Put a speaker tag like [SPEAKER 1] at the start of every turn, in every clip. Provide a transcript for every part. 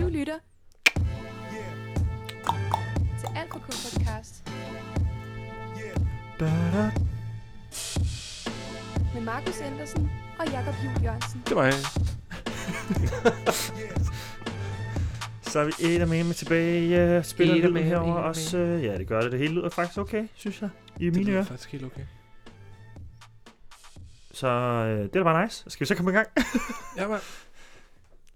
[SPEAKER 1] lytter til Alt for Kun Podcast med Markus Andersen og Jakob Juhl Jørgensen.
[SPEAKER 2] Det var
[SPEAKER 3] øh,
[SPEAKER 2] jeg. Så er vi et med tilbage. Øh, Spiller lyden
[SPEAKER 3] Eddermame,
[SPEAKER 2] herover
[SPEAKER 3] eddermame.
[SPEAKER 2] også. Øh, Ja, det gør det. Det hele lyder faktisk okay, synes jeg. I
[SPEAKER 3] Det
[SPEAKER 2] mine
[SPEAKER 3] lyder
[SPEAKER 2] ører.
[SPEAKER 3] faktisk helt okay.
[SPEAKER 2] Så øh, det er da bare nice. Skal vi så komme i gang?
[SPEAKER 3] Ja, man.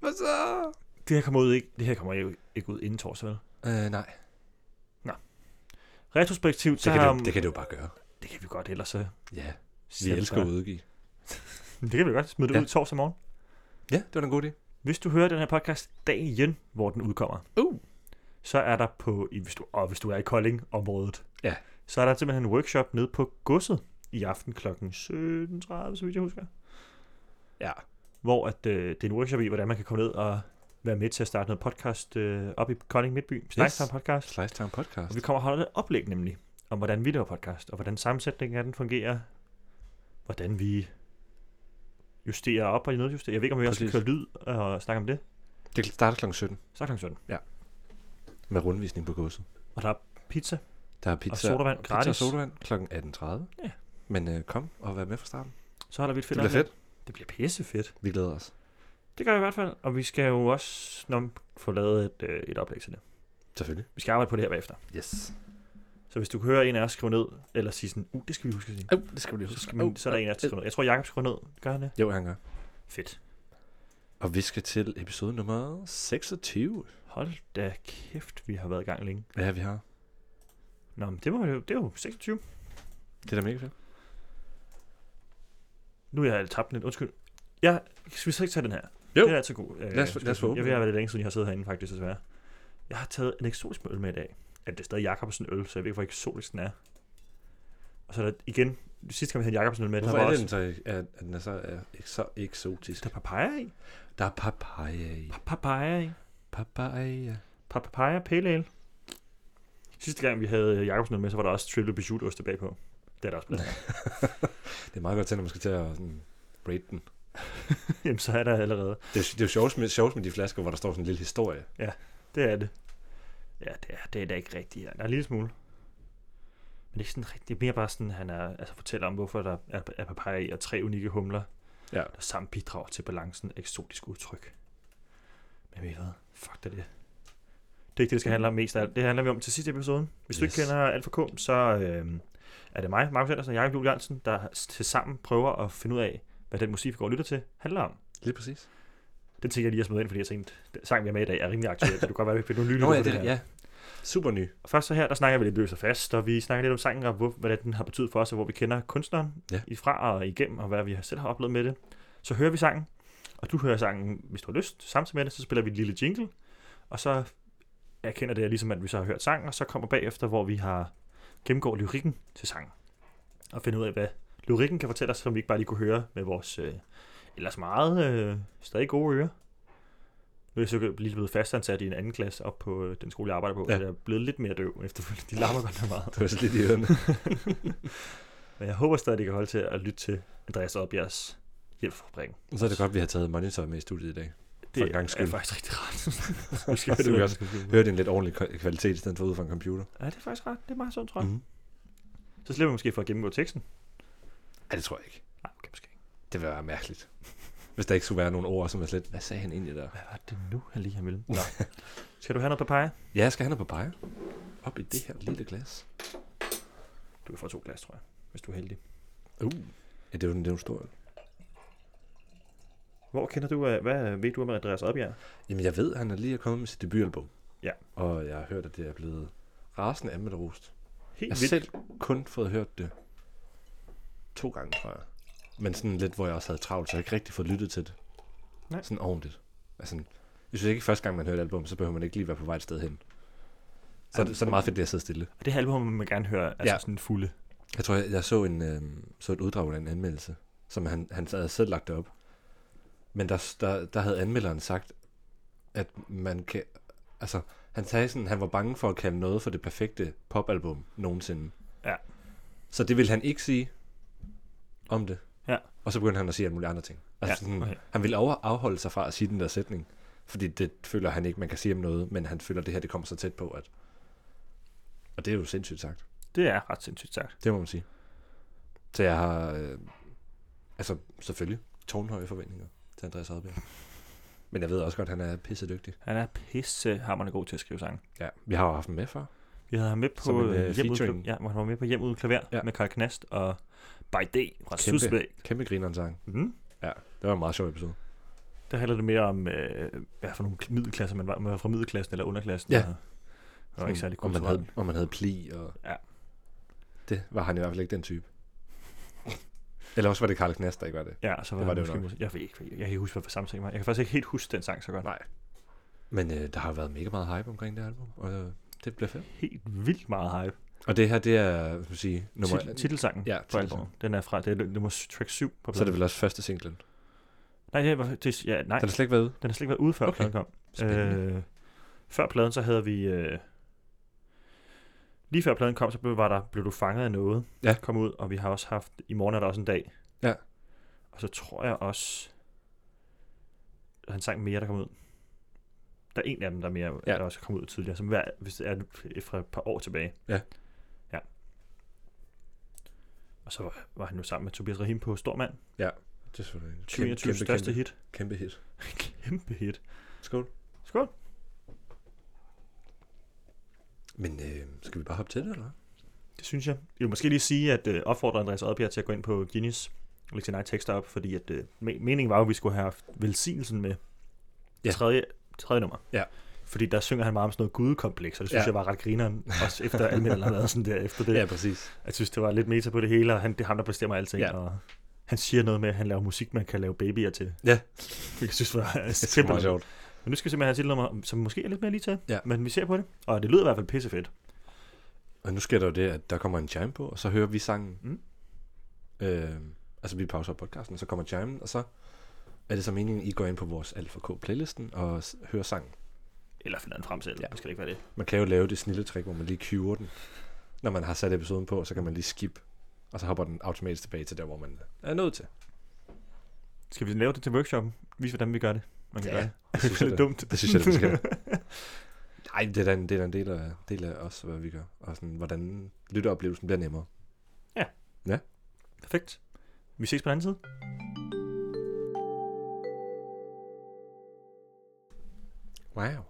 [SPEAKER 3] Hvad så?
[SPEAKER 2] Det her kommer ud ikke, det her kommer jo ikke ud inden torsdag, vel?
[SPEAKER 3] Øh, nej.
[SPEAKER 2] Retrospektivt, så
[SPEAKER 3] Det kan,
[SPEAKER 2] har,
[SPEAKER 3] du, det kan du bare gøre.
[SPEAKER 2] det kan vi godt ellers. Øh,
[SPEAKER 3] Ja, vi
[SPEAKER 2] selv
[SPEAKER 3] elsker
[SPEAKER 2] gøre.
[SPEAKER 3] at udgive.
[SPEAKER 2] Det kan vi godt smide det ja.
[SPEAKER 3] Ja.
[SPEAKER 2] ud torsdag morgen.
[SPEAKER 3] Ja, det var da en god idé.
[SPEAKER 2] Hvis du hører den her podcast dagen, hvor den udkommer,
[SPEAKER 3] Uh.
[SPEAKER 2] så er der på, i- hvis du, og hvis du er i Kolding-området,
[SPEAKER 3] Ja.
[SPEAKER 2] så er der simpelthen en workshop nede på godset i aften kl. 17.30, så vidt jeg husker.
[SPEAKER 3] Ja.
[SPEAKER 2] Hvor at, øh, det er en workshop i, hvordan man kan komme ned og være med til at starte noget podcast øh, op i Kolding Midtby. Snacktown yes. podcast.
[SPEAKER 3] Slice Town Podcast.
[SPEAKER 2] Og vi kommer og holder et oplæg nemlig, om hvordan vi laver podcast, og hvordan sammensætningen af den fungerer, hvordan vi justerer op og nedjusterer. Jeg ved ikke, om vi også
[SPEAKER 3] Præcis.
[SPEAKER 2] kører lyd og snakker om det.
[SPEAKER 3] Det starter kl. 17
[SPEAKER 2] Så er klokken 17.
[SPEAKER 3] med rundvisning på godset.
[SPEAKER 2] Og der er pizza.
[SPEAKER 3] Der er pizza
[SPEAKER 2] sodavand
[SPEAKER 3] Pizza og
[SPEAKER 2] gratis.
[SPEAKER 3] sodavand kl. 18.30.
[SPEAKER 2] Ja.
[SPEAKER 3] Men øh, kom og vær med fra starten.
[SPEAKER 2] Så holder vi et
[SPEAKER 3] Det
[SPEAKER 2] fedt
[SPEAKER 3] bliver
[SPEAKER 2] oplæg.
[SPEAKER 3] fedt.
[SPEAKER 2] Det bliver pissefedt.
[SPEAKER 3] Vi glæder os.
[SPEAKER 2] Det gør vi i hvert fald, og vi skal jo også når, få lavet et, øh, et oplæg til det.
[SPEAKER 3] Selvfølgelig.
[SPEAKER 2] Vi skal arbejde på det her bagefter.
[SPEAKER 3] Yes.
[SPEAKER 2] Så hvis du kan høre en af os skrive ned, eller sige sådan, uh, det skal vi huske at sige.
[SPEAKER 3] Oh, det skal vi lige
[SPEAKER 2] Så, skal man, så er der en af os, der skriver ned. Jeg tror, Jacob skriver ned. Gør han det?
[SPEAKER 3] Jo, han gør.
[SPEAKER 2] Fedt.
[SPEAKER 3] Og vi skal til episode nummer 26.
[SPEAKER 2] Hold da kæft, vi har været i gang længe.
[SPEAKER 3] Ja, vi har.
[SPEAKER 2] Nå, men det, må, jo- det er jo 26.
[SPEAKER 3] Det er da mega fedt.
[SPEAKER 2] Nu er jeg tabt lidt. Undskyld. Jeg, skal vi så ikke tage den her?
[SPEAKER 3] Jo.
[SPEAKER 2] Det er altid god. Øh,
[SPEAKER 3] lad os få
[SPEAKER 2] Jeg
[SPEAKER 3] åbnet
[SPEAKER 2] ved,
[SPEAKER 3] den.
[SPEAKER 2] at det er længe siden, jeg har siddet herinde faktisk, desværre. Jeg har taget en eksotisk øl med i dag. Ja, det er stadig Jacobsen øl, så jeg ved ikke, hvor eksotisk den er. Og så er der igen, sidste gang vi havde Jacobsen øl med, der
[SPEAKER 3] Hvorfor
[SPEAKER 2] var
[SPEAKER 3] er det,
[SPEAKER 2] også
[SPEAKER 3] den så, er, er den er så, er, ikke så eksotisk?
[SPEAKER 2] der er papaya i.
[SPEAKER 3] Der er papaya i.
[SPEAKER 2] Pa- Papaya i.
[SPEAKER 3] Papaya.
[SPEAKER 2] Pa- Papaya pale ale. Sidste gang vi havde øh, Jacobsen øl med, så var der også triple bichute oste bagpå. Det er der også blevet.
[SPEAKER 3] Det er meget godt til, når man skal til at sådan, rate den.
[SPEAKER 2] Jamen, så er der allerede.
[SPEAKER 3] Det er, det er jo sjovt med, sjovt med de flasker, hvor der står sådan en lille historie.
[SPEAKER 2] Det er det. Ja, det er, det er da ikke rigtigt. Ja. Der er en lille smule. Men det er ikke sådan rigtigt. Det er mere bare sådan, han er, altså fortæller om, hvorfor der er, er papaya i og tre unikke humler,
[SPEAKER 3] Ja.
[SPEAKER 2] der sammen bidrager til balancen af eksotisk udtryk. Men ved I hvad? Fuck det er det. Det er ikke det, det skal handle om mest af alt. Det handler vi om til sidste episode. Hvis yes. du ikke
[SPEAKER 3] Yes.
[SPEAKER 2] kender Alt for K, så øh, er det mig, Markus Andersen og Jakob Juhl Jørgensen, der til sammen prøver at finde ud af, hvad den musik, vi går og lytter til, handler om.
[SPEAKER 3] Lige præcis.
[SPEAKER 2] Den tænker jeg lige at smide ind, fordi jeg tænkte, den sang, vi har med i dag, er rimelig aktuel, så det kan godt være, at vi finder nogle nye
[SPEAKER 3] Nå
[SPEAKER 2] lyttere
[SPEAKER 3] ja,
[SPEAKER 2] på
[SPEAKER 3] det er,
[SPEAKER 2] her.
[SPEAKER 3] ja. Super ny.
[SPEAKER 2] Og først så her, der snakker vi lidt løs og fast, og vi snakker lidt om sangen, og hvor, hvordan den har betydet for os, og hvor vi kender kunstneren
[SPEAKER 3] Ja.
[SPEAKER 2] ifra og igennem, og hvad vi selv har oplevet med det. Så hører vi sangen, og du hører sangen, hvis du har lyst. Samtidig med det, så spiller vi et lille jingle, og så erkender det ligesom, at vi så har hørt sangen, og så kommer bagefter, hvor vi har gennemgået lyrikken til sangen, og finder ud af, hvad lyrikken kan fortælle os, som vi ikke bare lige kunne høre med vores øh, ellers meget øh, stadig gode ører. Nu er jeg så lige blevet fastansat i en anden klasse op på øh, den skole, jeg arbejder på, ja.
[SPEAKER 3] Ja.
[SPEAKER 2] så jeg er blevet lidt mere døv efterfølgende. De larmer godt nok meget.
[SPEAKER 3] Det var så lidt i ørerne.
[SPEAKER 2] Men jeg håber stadig, at I kan holde til at lytte til Andreas Opjærs hjælpfabrik.
[SPEAKER 3] Så er det godt, at vi har taget monitor med i studiet i dag.
[SPEAKER 2] Det
[SPEAKER 3] en gangs
[SPEAKER 2] er
[SPEAKER 3] skyld.
[SPEAKER 2] faktisk rigtig rart. nu skal
[SPEAKER 3] Så
[SPEAKER 2] det
[SPEAKER 3] vi
[SPEAKER 2] være.
[SPEAKER 3] også høre det en lidt ordentlig kva- kvalitet, i stedet for ud fra en computer.
[SPEAKER 2] Ja, det er faktisk ret. Det er meget sundt, tror jeg.
[SPEAKER 3] Mm.
[SPEAKER 2] Så slipper vi måske for at gennemgå teksten.
[SPEAKER 3] Ej, det tror jeg ikke.
[SPEAKER 2] Nej, okay, måske ikke.
[SPEAKER 3] Det ville være mærkeligt. Hvis der ikke skulle være nogen ord, som er slet, hvad sagde han egentlig der?
[SPEAKER 2] Hvad var det nu, han lige har mellem? Nå. skal du have noget papaya?
[SPEAKER 3] Ja, jeg skal have noget papaya. Op i det her lille glas.
[SPEAKER 2] Du kan få to glas, tror jeg, hvis du er heldig.
[SPEAKER 3] Uh. Ja, det er jo den, det er jo stor.
[SPEAKER 2] Hvor kender du, øh, hvad ved du om Andreas Opjær?
[SPEAKER 3] Jamen, jeg ved, at han er lige er kommet med sit debutalbum.
[SPEAKER 2] Ja.
[SPEAKER 3] Og jeg har hørt, at det er blevet rasende anmeldt og rost.
[SPEAKER 2] Helt
[SPEAKER 3] Jeg har
[SPEAKER 2] vildt.
[SPEAKER 3] selv kun fået hørt det to gange, tror jeg. Men sådan lidt, hvor jeg også havde travlt, så jeg har ikke rigtig fået lyttet til det.
[SPEAKER 2] Nej.
[SPEAKER 3] Sådan ordentligt. Altså, jeg synes ikke, første gang man hører et album, så behøver man ikke lige være på vej et sted hen. Så, er det- så er det meget fedt, at jeg sidder stille.
[SPEAKER 2] Og det her album, man gerne høre, altså ja.
[SPEAKER 3] Ja.
[SPEAKER 2] sådan fulde.
[SPEAKER 3] Jeg tror, jeg, jeg så, en, øh, så et uddrag af en anmeldelse, som han, han havde selv lagt op. Men der, der, der havde anmelderen sagt, at man kan... Altså, han sagde sådan, han var bange for at kalde noget for det perfekte popalbum nogensinde.
[SPEAKER 2] Ja.
[SPEAKER 3] Så det ville han ikke sige om det.
[SPEAKER 2] Ja.
[SPEAKER 3] Og så begyndte han at sige alle mulige andre ting. Altså,
[SPEAKER 2] Ja,
[SPEAKER 3] ja, okay.
[SPEAKER 2] okay.
[SPEAKER 3] sådan, han ville over, afholde sig fra at sige den der sætning. Fordi det føler han ikke, man kan sige om noget, men han føler, at det her det kommer så tæt på, at... Og det er jo sindssygt sagt.
[SPEAKER 2] Det er ret sindssygt sagt.
[SPEAKER 3] Det må man sige. Så jeg har, øh, altså selvfølgelig, tårnhøje forventninger til Andreas Adbjerg. Men jeg ved også godt, at han er pissedygtig.
[SPEAKER 2] Han er pissehammerende god til at skrive sange.
[SPEAKER 3] Ja, vi har jo haft ham med før.
[SPEAKER 2] Vi havde ham med
[SPEAKER 3] Som
[SPEAKER 2] på
[SPEAKER 3] en, øh,
[SPEAKER 2] øh, hjem uden,
[SPEAKER 3] featuring.
[SPEAKER 2] ja, hvor han var med på hjem uden klaver
[SPEAKER 3] Ja.
[SPEAKER 2] ja. med Karl Knast og By Day fra
[SPEAKER 3] Kæmpe.
[SPEAKER 2] Susbæk.
[SPEAKER 3] Kæmpe grineren sang.
[SPEAKER 2] Mm.
[SPEAKER 3] Det var en meget sjov episode.
[SPEAKER 2] Der handler det mere om, øh, hvad for nogle middelklasser man var. Man var fra middelklassen eller underklassen.
[SPEAKER 3] Ja.
[SPEAKER 2] Og, og var ikke særlig
[SPEAKER 3] om man
[SPEAKER 2] kulturel.
[SPEAKER 3] havde, om man havde pli og...
[SPEAKER 2] Ja.
[SPEAKER 3] Det var han i hvert fald ikke den type. Eller også var det Karl Knast, der ikke var det.
[SPEAKER 2] Ja, så var,
[SPEAKER 3] Det var
[SPEAKER 2] han
[SPEAKER 3] det jo
[SPEAKER 2] måske,
[SPEAKER 3] nok.
[SPEAKER 2] måske, jeg, ved ikke, jeg, jeg kan ikke huske, hvad for samtale var. Jeg kan faktisk ikke helt huske den sang så godt.
[SPEAKER 3] Nej. Men øh, der har jo været mega meget hype omkring det album, og øh, det bliver fedt.
[SPEAKER 2] Helt vildt meget hype.
[SPEAKER 3] Og det her, det er, hvad skal man sige, nummer...
[SPEAKER 2] Tit, titelsangen
[SPEAKER 3] Ja,
[SPEAKER 2] ja, på
[SPEAKER 3] titelsangen.
[SPEAKER 2] albumet. Den er fra, det er nummer track 7 på
[SPEAKER 3] så er det
[SPEAKER 2] pladen.
[SPEAKER 3] vel også første singlen.
[SPEAKER 2] Nej, ja, hvor- det, ja, nej,
[SPEAKER 3] Den har slet ikke været ude.
[SPEAKER 2] den har slet ikke været ude før
[SPEAKER 3] Okay.
[SPEAKER 2] okay. pladen kom.
[SPEAKER 3] Spændende.
[SPEAKER 2] Øh, før pladen, så havde vi... Øh, lige før pladen kom, så blev, var der, blev du fanget af noget.
[SPEAKER 3] Ja.
[SPEAKER 2] Kom ud, og vi har også haft... I morgen er der også en dag.
[SPEAKER 3] Ja.
[SPEAKER 2] Og så tror jeg også... at Han sang mere, der kom ud. Der er en af dem, der er mere,
[SPEAKER 3] Ja.
[SPEAKER 2] ja. der også kom ud tidligere, som hver, hvis det er fra et par år tilbage.
[SPEAKER 3] Ja.
[SPEAKER 2] Ja. Og så var, var han jo sammen med Tobias Rahim på Stormand.
[SPEAKER 3] Det er selvfølgelig
[SPEAKER 2] 2021 største hit.
[SPEAKER 3] Kæmpe hit.
[SPEAKER 2] Kæmpe hit.
[SPEAKER 3] Skål.
[SPEAKER 2] Skål.
[SPEAKER 3] Men øh, skal vi bare hoppe til det, eller hvad?
[SPEAKER 2] Det synes jeg. Jeg vil måske lige sige, at øh, opfordrer Andreas Adbjerg til at gå ind på Guinness og lægge sin egen tekster op, fordi at, øh, me- meningen var jo, at vi skulle have haft velsignelsen med
[SPEAKER 3] Ja.
[SPEAKER 2] ja. tredje, tredje nummer.
[SPEAKER 3] Ja.
[SPEAKER 2] Fordi der synger han meget om sådan noget gudekompleks, og det synes
[SPEAKER 3] Ja.
[SPEAKER 2] ja. jeg var ret grineren, også efter anmelderen har været sådan der efter det. Ja.
[SPEAKER 3] præcis.
[SPEAKER 2] Jeg synes, det var lidt meta på det hele, og han, det er ham, der bestemmer alting,
[SPEAKER 3] Ja.
[SPEAKER 2] ja. og han siger noget med, at han laver musik, man kan lave babyer til.
[SPEAKER 3] Ja.
[SPEAKER 2] Jeg synes, det var
[SPEAKER 3] Det er sgu meget
[SPEAKER 2] simpelthen
[SPEAKER 3] sjovt.
[SPEAKER 2] men nu skal vi simpelthen have et titelnummer, som måske er lidt mere lige til.
[SPEAKER 3] Ja.
[SPEAKER 2] Men vi ser på det. Og det lyder i hvert fald pissefedt.
[SPEAKER 3] Og nu sker der jo det, at der kommer en chime på, og så hører vi sangen.
[SPEAKER 2] Mm.
[SPEAKER 3] Øh, altså, vi pauser podcasten, og så kommer chimen, og så er det så meningen, at I går ind på vores Alt for K-playlisten og s- hører sangen.
[SPEAKER 2] Eller finder den frem selv.
[SPEAKER 3] Ja.
[SPEAKER 2] Ja. Det skal ikke være det.
[SPEAKER 3] Man kan jo lave det snille trick, hvor man lige cuer den. Når man har sat episoden på, så kan man lige skip, og så hopper den automatisk tilbage til der, hvor man er nødt til.
[SPEAKER 2] Skal vi lave det til workshoppen? Vis, hvordan vi gør det. Man kan
[SPEAKER 3] Ja,
[SPEAKER 2] ja, gøre det. Det er lidt
[SPEAKER 3] det synes jeg da.
[SPEAKER 2] dumt.
[SPEAKER 3] Det synes jeg, det skal. Nej, det er da en, det er da en del, af, del af os, hvad vi gør. Og sådan, hvordan lytteoplevelsen bliver nemmere.
[SPEAKER 2] Perfekt. Vi ses på den anden side.
[SPEAKER 3] Wow.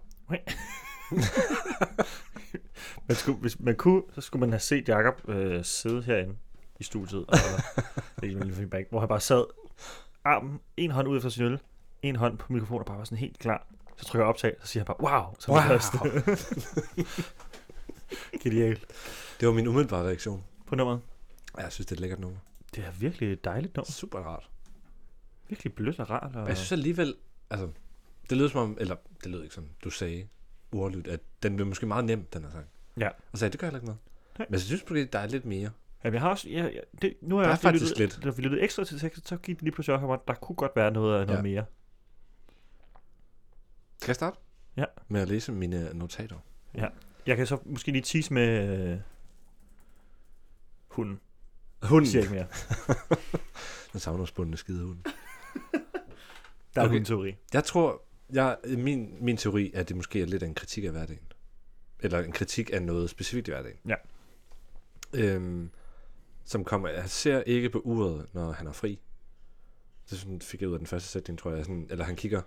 [SPEAKER 2] Man skulle, hvis man kunne, så skulle man have set Jacob øh, sidde herinde i studiet. Og, det er en lille feedback, hvor han bare sad armen, en hånd ud efter sin øl, en hånd på mikrofonen og bare var sådan helt klar. Så trykker jeg optag, så siger han bare, wow, som
[SPEAKER 3] Wow.
[SPEAKER 2] wow. det første. Genialt.
[SPEAKER 3] Det var min umiddelbare reaktion.
[SPEAKER 2] På nummeret.
[SPEAKER 3] Ja, jeg synes, det er et lækkert nummer.
[SPEAKER 2] Det er virkelig et dejligt nummer.
[SPEAKER 3] Super rart.
[SPEAKER 2] Virkelig blødt og rart. Og...
[SPEAKER 3] Og jeg synes alligevel, altså, det lød som om, eller det lød ikke sådan, du sagde ordlydt, at den blev måske meget nem, den her sang.
[SPEAKER 2] Ja.
[SPEAKER 3] Og sagde, det gør heller ikke noget.
[SPEAKER 2] Nej.
[SPEAKER 3] Men jeg synes måske, der er lidt mere.
[SPEAKER 2] Ja, vi har også, ja, ja, det, nu har jeg
[SPEAKER 3] Der er
[SPEAKER 2] også lige
[SPEAKER 3] faktisk
[SPEAKER 2] lyttet, Da vi lyttede ekstra til teksten, så gik det lige pludselig op for mig, at der kunne godt være noget, noget
[SPEAKER 3] Ja.
[SPEAKER 2] mere.
[SPEAKER 3] Skal jeg starte?
[SPEAKER 2] Ja.
[SPEAKER 3] Med at læse mine notater.
[SPEAKER 2] Jeg kan så måske lige tease med øh, hunden.
[SPEAKER 3] Hunden.
[SPEAKER 2] Jeg siger ikke mere.
[SPEAKER 3] Den savnomsbundne skide hund.
[SPEAKER 2] Der er
[SPEAKER 3] Okay.
[SPEAKER 2] okay. min teori.
[SPEAKER 3] Jeg tror, jeg, min, min teori er, at det måske er lidt af en kritik af hverdagen. Eller en kritik af noget specifikt i hverdagen.
[SPEAKER 2] Ja.
[SPEAKER 3] Øhm, som kommer, jeg ser ikke på uret, når han er fri. Det sådan, fik jeg ud af den første sætning, tror jeg. Sådan, eller han kigger,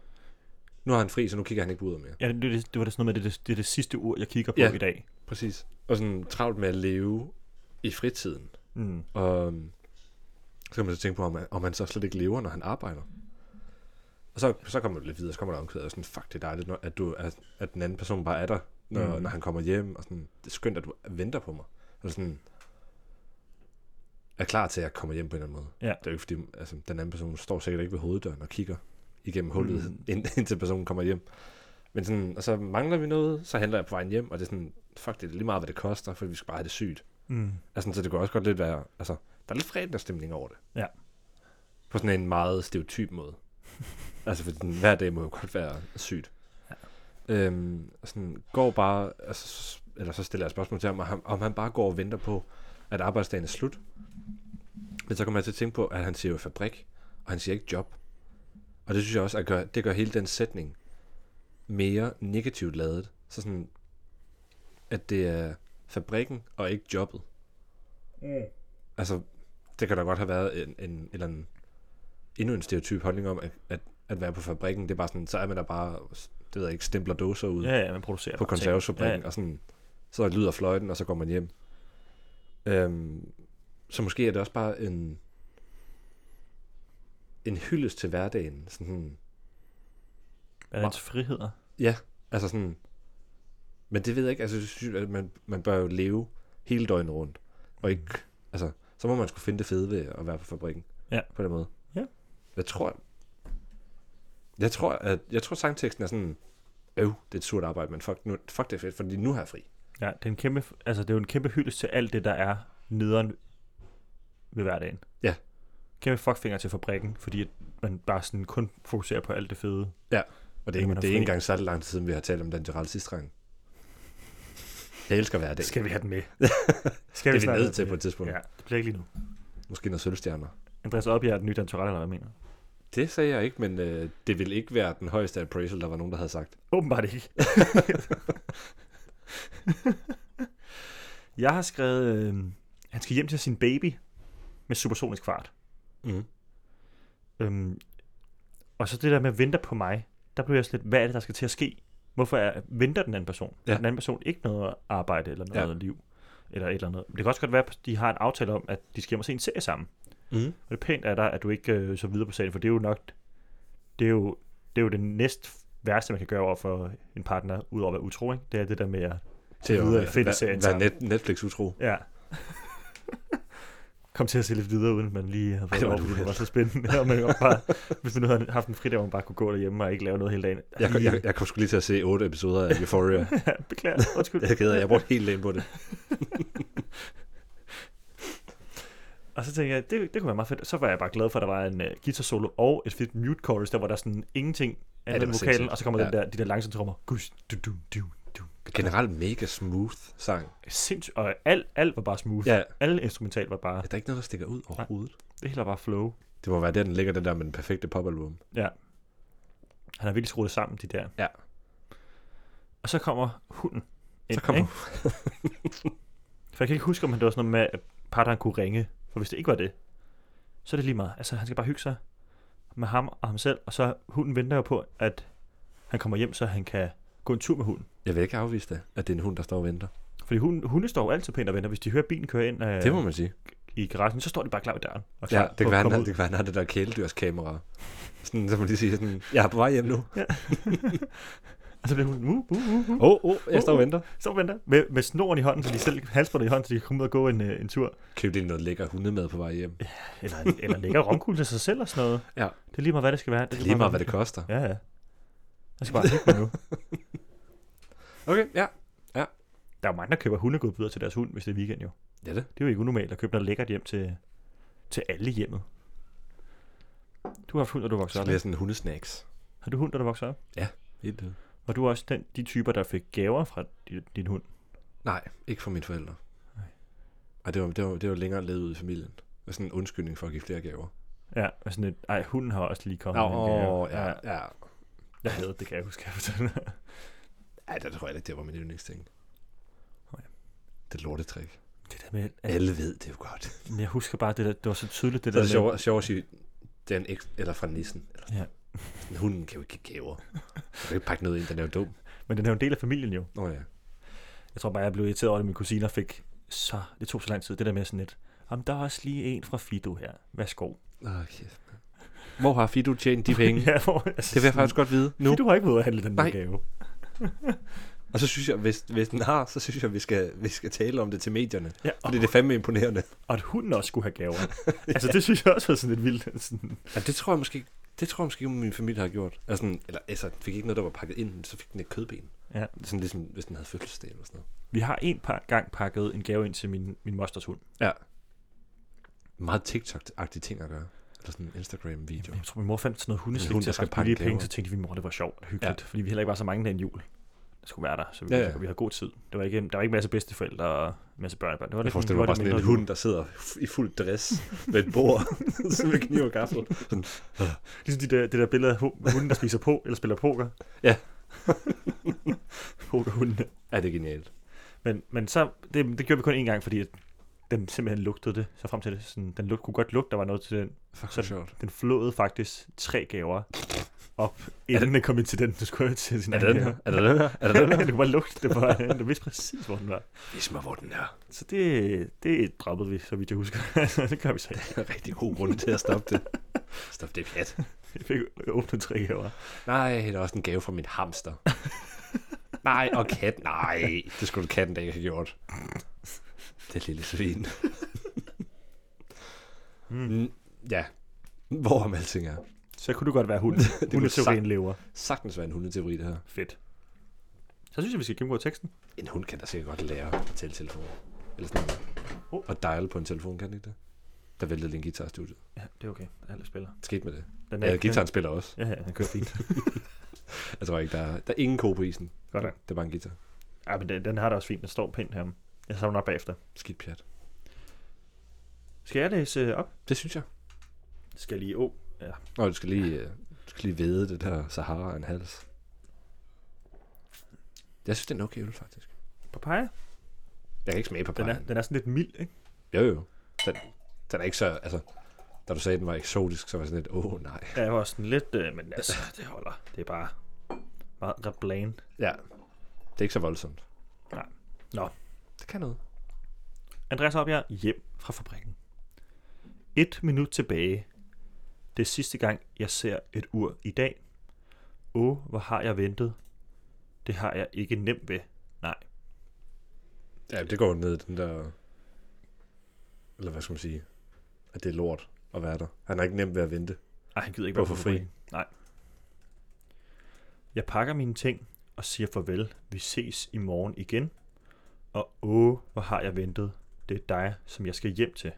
[SPEAKER 3] nu har han fri, så nu kigger han ikke på uret mere.
[SPEAKER 2] Ja, det, det, det var da sådan noget med, det, det, det er det sidste ur, jeg kigger på
[SPEAKER 3] Ja.
[SPEAKER 2] ja. i dag.
[SPEAKER 3] Præcis. Og sådan travlt med at leve i fritiden.
[SPEAKER 2] Mm.
[SPEAKER 3] Og øhm, så kan man så tænke på, om, om han så slet ikke lever, når han arbejder. Og så, så kommer du lidt videre, så kommer der omkring, og sådan, fuck, det er dejligt, når- at, du, at, at den anden person bare er der, når, mm.
[SPEAKER 2] Mm.
[SPEAKER 3] når han kommer hjem, og sådan, det er skønt, at du venter på mig. Eller sådan, er klar til, at jeg kommer hjem på en eller anden måde.
[SPEAKER 2] Ja.
[SPEAKER 3] Det er jo ikke, fordi altså, den anden person står sikkert ikke ved hoveddøren og kigger igennem hullet, mm.
[SPEAKER 2] Mm.
[SPEAKER 3] ind, indtil personen kommer hjem. Men sådan, og så mangler vi noget, så handler jeg på vejen hjem, og det er sådan, fuck, det er lige meget, hvad det koster, for vi skal bare have det sygt.
[SPEAKER 2] Mm.
[SPEAKER 3] Altså, så det kunne også godt lidt være, altså, der er lidt fredagsstemning over det.
[SPEAKER 2] Ja.
[SPEAKER 3] På sådan en meget stereotyp måde. altså, for den, hver dag må jo godt være sygt.
[SPEAKER 2] Ja.
[SPEAKER 3] Øhm, og sådan, går bare, altså, s- eller så stiller jeg et spørgsmål til ham, om han, om han bare går og venter på, at arbejdsdagen er slut. Men så kommer jeg til at tænke på, at han siger jo fabrik, og han siger ikke job. Og det synes jeg også, at gør, det gør hele den sætning mere negativt lavet. Så sådan, at det er fabrikken og ikke jobbet.
[SPEAKER 2] Mm.
[SPEAKER 3] Altså, det kan da godt have været en, en eller en, endnu en stereotyp holdning om, at, at, at være på fabrikken, det er bare sådan, så er man der bare, det ved jeg ikke, stempler dåser ud
[SPEAKER 2] Ja, ja, man producerer
[SPEAKER 3] på
[SPEAKER 2] bare ting.
[SPEAKER 3] konservesfabrikken,
[SPEAKER 2] Ja,
[SPEAKER 3] og sådan, så lyder fløjten, og så går man hjem. Øhm, så måske er det også bare en, en hyldest til hverdagen. Sådan,
[SPEAKER 2] ja. Er dens friheder?
[SPEAKER 3] altså sådan, men det ved jeg ikke, altså jeg synes, at man, man bør jo leve hele døgnet rundt, og ikke, altså, så må man skulle finde det fede ved at være på fabrikken.
[SPEAKER 2] Mm. Ja.
[SPEAKER 3] På den måde.
[SPEAKER 2] Ja.
[SPEAKER 3] Jeg tror, jeg tror, at, jeg tror sangteksten er sådan, øv, det er et surt arbejde, men fuck, nu, fuck det er fedt, fordi nu har jeg fri.
[SPEAKER 2] Ja, det er, en kæmpe, altså, det er jo en kæmpe hyldest til alt det, der er nederen ved hverdagen.
[SPEAKER 3] Ja.
[SPEAKER 2] Kæmpe fuckfinger til fabrikken, fordi at man bare sådan kun fokuserer på alt det fede.
[SPEAKER 3] Og det er, ikke,
[SPEAKER 2] Man er
[SPEAKER 3] det er ikke
[SPEAKER 2] fri.
[SPEAKER 3] engang særlig lang tid siden, vi har talt om den Gerald sidste gang. Jeg elsker hver dag.
[SPEAKER 2] Skal vi have den med? Skal
[SPEAKER 3] det
[SPEAKER 2] snart
[SPEAKER 3] er vi
[SPEAKER 2] have
[SPEAKER 3] nødt
[SPEAKER 2] den
[SPEAKER 3] til
[SPEAKER 2] med?
[SPEAKER 3] på et tidspunkt. Ja.
[SPEAKER 2] Ja, det bliver ikke lige nu.
[SPEAKER 3] Måske noget sølvstjerner.
[SPEAKER 2] Andreas Oddbjerg er den nye dantorelle, eller hvad jeg mener?
[SPEAKER 3] Det sagde jeg ikke, men øh, det ville ikke være den højeste appraisal, der var nogen, der havde sagt.
[SPEAKER 2] Åbenbart ikke. jeg har skrevet, øh, han skal hjem til sin baby med supersonisk fart.
[SPEAKER 3] Mm.
[SPEAKER 2] Øhm, og så det der med, venter på mig, der blev jeg sådan lidt, hvad er det, der skal til at ske? Hvorfor er, venter den anden person?
[SPEAKER 3] Ja.
[SPEAKER 2] Ja. Den anden person ikke noget arbejde eller noget
[SPEAKER 3] Ja.
[SPEAKER 2] ja. liv? Eller et eller andet. Men det kan også godt være, at de har en aftale om, at de skal hjem og se en serie sammen.
[SPEAKER 3] Mm.
[SPEAKER 2] Og det er pænt af dig, at du ikke øh, så videre på serien, for det er jo nok, det er jo det, er jo det næst værste, man kan gøre over for en partner, udover at være utro, ikke? Det er det der med at
[SPEAKER 3] Til at
[SPEAKER 2] videre i
[SPEAKER 3] være-
[SPEAKER 2] fællesserien
[SPEAKER 3] være
[SPEAKER 2] sammen. Mm.
[SPEAKER 3] net, Netflix-utro.
[SPEAKER 2] Ja. Kom til at se lidt videre, uden at man lige havde fået
[SPEAKER 3] det
[SPEAKER 2] over,
[SPEAKER 3] var et
[SPEAKER 2] fordi det
[SPEAKER 3] uheld.
[SPEAKER 2] var så spændende. Og man godt bare, hvis man nu havde haft en fridag, hvor man bare kunne gå derhjemme og ikke lave noget hele dagen.
[SPEAKER 3] Jeg, kom- jeg, jeg kom sgu lige til at se otte episoder af Euphoria.
[SPEAKER 2] Ja, Beklager, undskyld.
[SPEAKER 3] jeg er ked af, jeg brugte helt dagen på det.
[SPEAKER 2] Og så tænkte jeg, det, det kunne være meget fedt. Så var jeg bare glad for, at der var en uh, guitar solo og et fedt mute chorus, der var der sådan ingenting
[SPEAKER 3] Ja,
[SPEAKER 2] andet
[SPEAKER 3] det
[SPEAKER 2] ja,
[SPEAKER 3] var
[SPEAKER 2] vokalen,
[SPEAKER 3] sindssygt.
[SPEAKER 2] og så kommer ja. den
[SPEAKER 3] Ja.
[SPEAKER 2] der, de der langsomme trommer. Gus, du, du, du, du.
[SPEAKER 3] Generelt mega smooth sang.
[SPEAKER 2] Sindssygt, og alt, alt var bare smooth. Ja.
[SPEAKER 3] Ja,
[SPEAKER 2] Alle instrumental var bare,
[SPEAKER 3] er der ikke noget, der stikker ud overhovedet?
[SPEAKER 2] det hele var bare flow.
[SPEAKER 3] Det må være der, den ligger, den der med den perfekte popalbum.
[SPEAKER 2] Han har virkelig skruet det sammen, de der.
[SPEAKER 3] Ja.
[SPEAKER 2] Og så kommer hunden. ind,
[SPEAKER 3] Så kommer
[SPEAKER 2] ikke? For jeg kan ikke huske, om det var sådan noget med, at partneren kunne ringe. For hvis det ikke var det, så er det lige meget. Altså, han skal bare hygge sig med ham og ham selv. Og så hunden venter jo på, at han kommer hjem, så han kan gå en tur med hunden.
[SPEAKER 3] Jeg vil ikke afvise det, at det er en hund, der står og venter.
[SPEAKER 2] Fordi hunden, hunde står jo altid pænt og venter. Hvis de hører bilen køre ind øh,
[SPEAKER 3] Det må man sige.
[SPEAKER 2] i garagen, så står de bare klar ved døren. Og
[SPEAKER 3] Ja,
[SPEAKER 2] klar
[SPEAKER 3] det
[SPEAKER 2] på
[SPEAKER 3] kan,
[SPEAKER 2] at
[SPEAKER 3] være, han
[SPEAKER 2] komme
[SPEAKER 3] har,
[SPEAKER 2] ud.
[SPEAKER 3] det kan være, han har det der kæledyrskamera. Sådan, så man lige siger sådan, jeg er på vej hjem nu.
[SPEAKER 2] Og så bliver hunden, uh, uh, uh, uh,
[SPEAKER 3] Åh, oh, oh, jeg står
[SPEAKER 2] Uh,
[SPEAKER 3] og
[SPEAKER 2] uh.
[SPEAKER 3] venter.
[SPEAKER 2] så venter. Med, med snoren i hånden, så de selv halsbåndet i hånden, så de kan komme ud og gå en, øh, en tur.
[SPEAKER 3] Køb lige noget lækker hundemad på vej hjem. Det
[SPEAKER 2] Eller, eller lægger romkuglen til sig selv og sådan noget.
[SPEAKER 3] Ja.
[SPEAKER 2] Det er lige meget, hvad det skal være. Det,
[SPEAKER 3] er lige meget, hvad det koster.
[SPEAKER 2] Ja, ja. Jeg skal bare hygge mig nu.
[SPEAKER 3] Okay, ja.
[SPEAKER 2] Der er jo mange, der køber hundegodbidder til deres hund, hvis det er weekend jo.
[SPEAKER 3] Ja det.
[SPEAKER 2] Det er jo ikke unormalt at købe noget lækkert hjem til, til alle i hjemmet. Du har haft hund, da du
[SPEAKER 3] Så
[SPEAKER 2] voksede
[SPEAKER 3] er
[SPEAKER 2] op.
[SPEAKER 3] det
[SPEAKER 2] ikke?
[SPEAKER 3] sådan hundesnacks.
[SPEAKER 2] Har du hund, da du voksede op?
[SPEAKER 3] Helt det.
[SPEAKER 2] Var du også den, de typer, der fik gaver fra din, din hund?
[SPEAKER 3] Nej, ikke fra mine forældre.
[SPEAKER 2] Nej.
[SPEAKER 3] Ej, det var, det var, det var længere levet ud i familien. Det var sådan en undskyldning for at give flere gaver.
[SPEAKER 2] Ja, og sådan et, ej, hunden har også lige kommet med en gave.
[SPEAKER 3] Åh, ja, ja.
[SPEAKER 2] Jeg havde det, kan jeg huske. jeg fortæller.
[SPEAKER 3] Ej, det tror jeg ikke, det var min yndlingsting.
[SPEAKER 2] Nej.
[SPEAKER 3] Det lortetrik.
[SPEAKER 2] det der med, at,
[SPEAKER 3] Alle ved det jo godt.
[SPEAKER 2] men jeg husker bare, det, der, det var så tydeligt, det
[SPEAKER 3] Det er
[SPEAKER 2] der
[SPEAKER 3] det sjovt sjov at sige, det er en ekstra, eller fra nissen. Eller sådan.
[SPEAKER 2] Ja.
[SPEAKER 3] Men Hunden kan jo ikke give gaver. Du kan ikke pakke noget ind, den er jo dum.
[SPEAKER 2] med, men den er jo en del af familien jo.
[SPEAKER 3] Nå ja.
[SPEAKER 2] Jeg tror bare, jeg blev irriteret over, at mine kusiner fik så... Det tog så lang tid, det der med sådan lidt... Jamen, der er også lige en fra Fido her. Værsgo.
[SPEAKER 3] Oh, kæft, mand. Hvor har Fido tjent de penge?
[SPEAKER 2] ja, hvor, altså,
[SPEAKER 3] Det vil jeg faktisk godt vide nu.
[SPEAKER 2] Nu. Fido har ikke været ude at handle den der
[SPEAKER 3] Nej.
[SPEAKER 2] gave.
[SPEAKER 3] Og så synes jeg, hvis, hvis den har, så synes jeg, vi skal, vi skal tale om det til medierne.
[SPEAKER 2] Ja, og,
[SPEAKER 3] Fordi det er fandme imponerende.
[SPEAKER 2] og at hunden også skulle have gaver. altså, det synes jeg også var sådan lidt vildt. Sådan,
[SPEAKER 3] Ja, det tror jeg måske det tror jeg måske, min familie har gjort. Altså, sådan, eller, altså, den fik ikke noget, der var pakket ind, men så fik den et kødben.
[SPEAKER 2] ja.
[SPEAKER 3] Sådan ligesom, hvis den havde fødselsdag eller sådan noget.
[SPEAKER 2] Vi har en par gang pakket en gave ind til min, min mosters hund.
[SPEAKER 3] Meget TikTok-agtige ting at gøre. Eller sådan en Instagram-video.
[SPEAKER 2] Jamen, jeg tror, min mor fandt sådan noget hundeslik
[SPEAKER 3] hund,
[SPEAKER 2] til
[SPEAKER 3] der
[SPEAKER 2] at
[SPEAKER 3] skal
[SPEAKER 2] faktisk
[SPEAKER 3] pakke
[SPEAKER 2] billige penge, så
[SPEAKER 3] gaver.
[SPEAKER 2] tænkte vi, mor, det var sjovt og hyggeligt, ja. fordi vi heller ikke var så mange der en jul. Der skulle være der, så vi,
[SPEAKER 3] Ja,
[SPEAKER 2] ja,
[SPEAKER 3] ja.
[SPEAKER 2] ja. vi havde god tid. Det var ikke, der var ikke masse bedsteforældre og masse børnebørn. Det var
[SPEAKER 3] Jeg
[SPEAKER 2] lidt
[SPEAKER 3] forestiller mig bare sådan en
[SPEAKER 2] mindre jul.
[SPEAKER 3] hund, der sidder i fuld dress ved et bord, som med kniv og gaffel.
[SPEAKER 2] Ligesom de der, det der billede af hu- hunden, der spiser på, eller spiller poker.
[SPEAKER 3] Ja.
[SPEAKER 2] Pokerhundene.
[SPEAKER 3] Er det genialt?
[SPEAKER 2] Men, men så, det, det gjorde vi kun én gang, fordi at den simpelthen lugtede det. Så frem til det, sådan, den lugt, kunne godt lugte, der var noget til den.
[SPEAKER 3] Fuck,
[SPEAKER 2] Sådan.
[SPEAKER 3] Sådan. sjovt.
[SPEAKER 2] Den flåede faktisk tre gaver op, inden den kom ind til den. Du skulle jo til sin
[SPEAKER 3] Er det
[SPEAKER 2] egen
[SPEAKER 3] den her?
[SPEAKER 2] gave.
[SPEAKER 3] Er det den her? Er det den her?
[SPEAKER 2] det kunne bare lugte det bare. Du vidste præcis, hvor den var.
[SPEAKER 3] Vis mig, hvor den er.
[SPEAKER 2] Så det, det droppede vi, så vidt jeg husker. det gør vi så ikke.
[SPEAKER 3] Rigtig god grund til at stoppe det. Stop det pjat.
[SPEAKER 2] Jeg fik åbnet tre gaver.
[SPEAKER 3] Nej, det er også en gave fra min hamster. Nej, og kat. Nej, det skulle katten da ikke have gjort. Det lille svin.
[SPEAKER 2] Mm.
[SPEAKER 3] Mm, ja, hvor om alting er.
[SPEAKER 2] Så kunne du godt være hund.
[SPEAKER 3] Det kunne
[SPEAKER 2] Hundeteorien
[SPEAKER 3] sagt,
[SPEAKER 2] lever.
[SPEAKER 3] sagtens være en hundeteori, det her.
[SPEAKER 2] Fedt. Så synes jeg, vi skal gennemgå teksten.
[SPEAKER 3] En hund kan da sikkert godt lære at tælle telefoner. Eller sådan noget.
[SPEAKER 2] Oh.
[SPEAKER 3] Og dial på en telefon, kan den ikke det? Der væltede din guitar i studiet.
[SPEAKER 2] Ja, det er okay. Alle spiller.
[SPEAKER 3] Skete med det.
[SPEAKER 2] Den
[SPEAKER 3] Ja, gitaren spiller også.
[SPEAKER 2] Ja, ja, den kører fint.
[SPEAKER 3] Jeg tror ikke, der er, der er ingen ko på isen.
[SPEAKER 2] Godt da.
[SPEAKER 3] Det er bare en guitar.
[SPEAKER 2] Ja, men den, den har da også fint. Den står pænt her. Jeg savner op bagefter.
[SPEAKER 3] Skidt pjat.
[SPEAKER 2] Skal jeg læse øh, op?
[SPEAKER 3] Det synes jeg.
[SPEAKER 2] Skal jeg lige... Åh, oh,
[SPEAKER 3] Nå, du skal lige, øh, du skal lige vede det der Sahara en hals. Jeg synes, det er en okay øl, faktisk.
[SPEAKER 2] papaya?
[SPEAKER 3] Jeg kan ikke smage på
[SPEAKER 2] Den
[SPEAKER 3] den
[SPEAKER 2] er, den er sådan lidt mild, ikke?
[SPEAKER 3] Jo, jo. Den, den er ikke så... Altså, da du sagde, den var eksotisk, så var jeg sådan lidt, åh oh, nej.
[SPEAKER 2] Ja, jeg var sådan lidt... Øh, men altså, det holder. Det er bare meget ret bland.
[SPEAKER 3] Ja, det er ikke så voldsomt.
[SPEAKER 2] Nej. Nå.
[SPEAKER 3] Det kan noget.
[SPEAKER 2] Andreas Opjær hjem fra fabrikken. Et minut tilbage. Det er sidste gang, jeg ser et ur i dag. Åh, hvor har jeg ventet. Det har jeg ikke nemt ved. Nej.
[SPEAKER 3] Ja, det går ned i den der... Eller hvad skal man sige? At det er lort at være der. Han er ikke nemt ved at vente.
[SPEAKER 2] Ej, han gider ikke
[SPEAKER 3] Gå
[SPEAKER 2] være
[SPEAKER 3] for
[SPEAKER 2] på
[SPEAKER 3] fri.
[SPEAKER 2] fri. Nej. Jeg pakker mine ting og siger farvel. Vi ses i morgen igen. Og åh, hvor har jeg ventet. Det er dig, som jeg skal hjem til.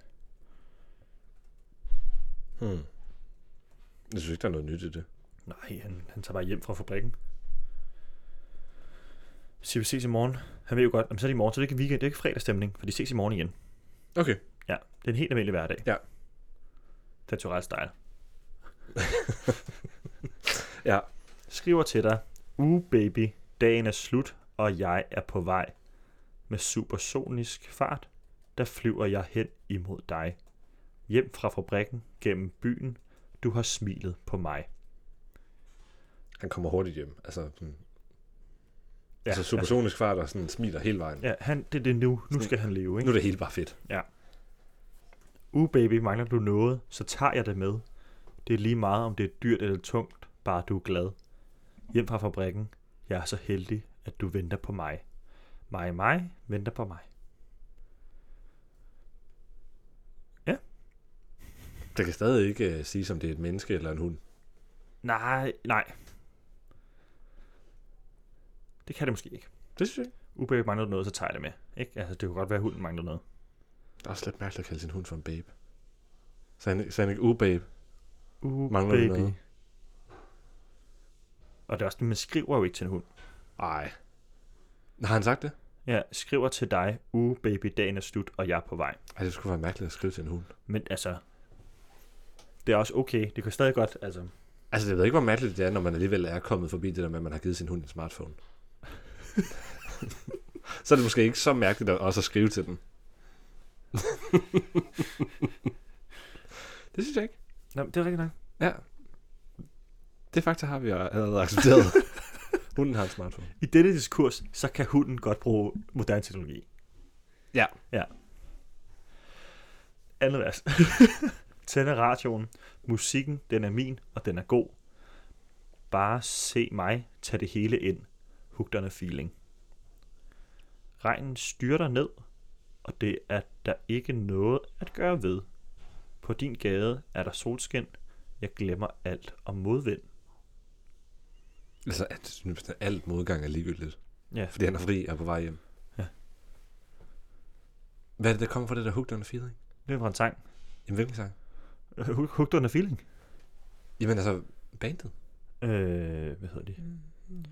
[SPEAKER 3] Hmm. Jeg synes ikke, der er noget nyt i det.
[SPEAKER 2] Nej, han, han tager bare hjem fra fabrikken. Så siger vi ses i morgen. Han ved jo godt, om så er det i morgen, så er det ikke weekend, det er ikke fredagsstemning, for de ses i morgen igen.
[SPEAKER 3] Okay.
[SPEAKER 2] Ja, det er en helt almindelig hverdag.
[SPEAKER 3] Ja.
[SPEAKER 2] Det er Tourettes style.
[SPEAKER 3] Ja.
[SPEAKER 2] Skriver til dig, uh baby, dagen er slut, og jeg er på vej. Med supersonisk fart, der flyver jeg hen imod dig. Hjem fra fabrikken, gennem byen, du har smilet på mig.
[SPEAKER 3] Altså Han kommer hurtigt hjem. Altså, sådan,
[SPEAKER 2] Ja,
[SPEAKER 3] ja, altså supersonisk fart og sådan smiler hele vejen. Ja.
[SPEAKER 2] Ja, han, det er det nu. Nu skal han leve, ikke?
[SPEAKER 3] Nu er det hele bare fedt.
[SPEAKER 2] Uh baby, mangler du noget, så tager jeg det med. Det er lige meget, om det er dyrt eller tungt, bare du er glad. Hjem fra fabrikken. Jeg er så heldig, at du venter på mig. Mig, mig, venter på mig.
[SPEAKER 3] Det kan stadig ikke uh, sige, om det er et menneske eller en hund.
[SPEAKER 2] Nej, nej. Det kan det måske ikke.
[SPEAKER 3] Det synes jeg.
[SPEAKER 2] Uh baby, mangler du noget, så tager jeg det med. Ikke? Altså, det kunne godt være, at hunden mangler noget.
[SPEAKER 3] Det er også lidt mærkeligt at kalde sin hund for en babe. Så han, så han ikke, uh babe.
[SPEAKER 2] Uh
[SPEAKER 3] Mangler du
[SPEAKER 2] baby.
[SPEAKER 3] noget?
[SPEAKER 2] Og det er også, det, man skriver jo ikke til en hund.
[SPEAKER 3] Ej. Har han sagt det?
[SPEAKER 2] Jeg skriver til dig, uh baby, dagen er slut, og jeg er på vej.
[SPEAKER 3] Ej, det skulle være mærkeligt at skrive til en hund.
[SPEAKER 2] Men altså, det er også okay. Det kan stadig godt, altså.
[SPEAKER 3] Altså, jeg ved ikke, hvor mærkeligt det er, når man alligevel er kommet forbi det der med, at man har givet sin hund en smartphone. så er det måske ikke så mærkeligt at også at skrive til den. det synes jeg ikke.
[SPEAKER 2] Nå, det er rigtigt nok.
[SPEAKER 3] Ja. Det faktum har vi allerede accepteret. Hunden har en smartphone.
[SPEAKER 2] I denne diskurs, så kan hunden godt bruge moderne teknologi.
[SPEAKER 3] Ja.
[SPEAKER 2] Ja. Andet vers. Tænder radioen. Musikken, den er min, og den er god. Bare se mig, tag det hele ind. Hugterne feeling. Regnen styrter ned, og det er der ikke noget at gøre ved. På din gade er der solskin. Jeg glemmer alt om modvind.
[SPEAKER 3] Altså, jeg synes, at alt modgang er ligegyldigt.
[SPEAKER 2] Ja.
[SPEAKER 3] Fordi han er fri og er på vej hjem.
[SPEAKER 2] Ja.
[SPEAKER 3] Hvad er det, der kommer fra det der hooked on a feeling?
[SPEAKER 2] Det var en sang.
[SPEAKER 3] Jamen, hvilken sang?
[SPEAKER 2] Hooked on a feeling.
[SPEAKER 3] Jamen, altså, bandet.
[SPEAKER 2] Øh, hvad hedder de?
[SPEAKER 3] Mm-hmm.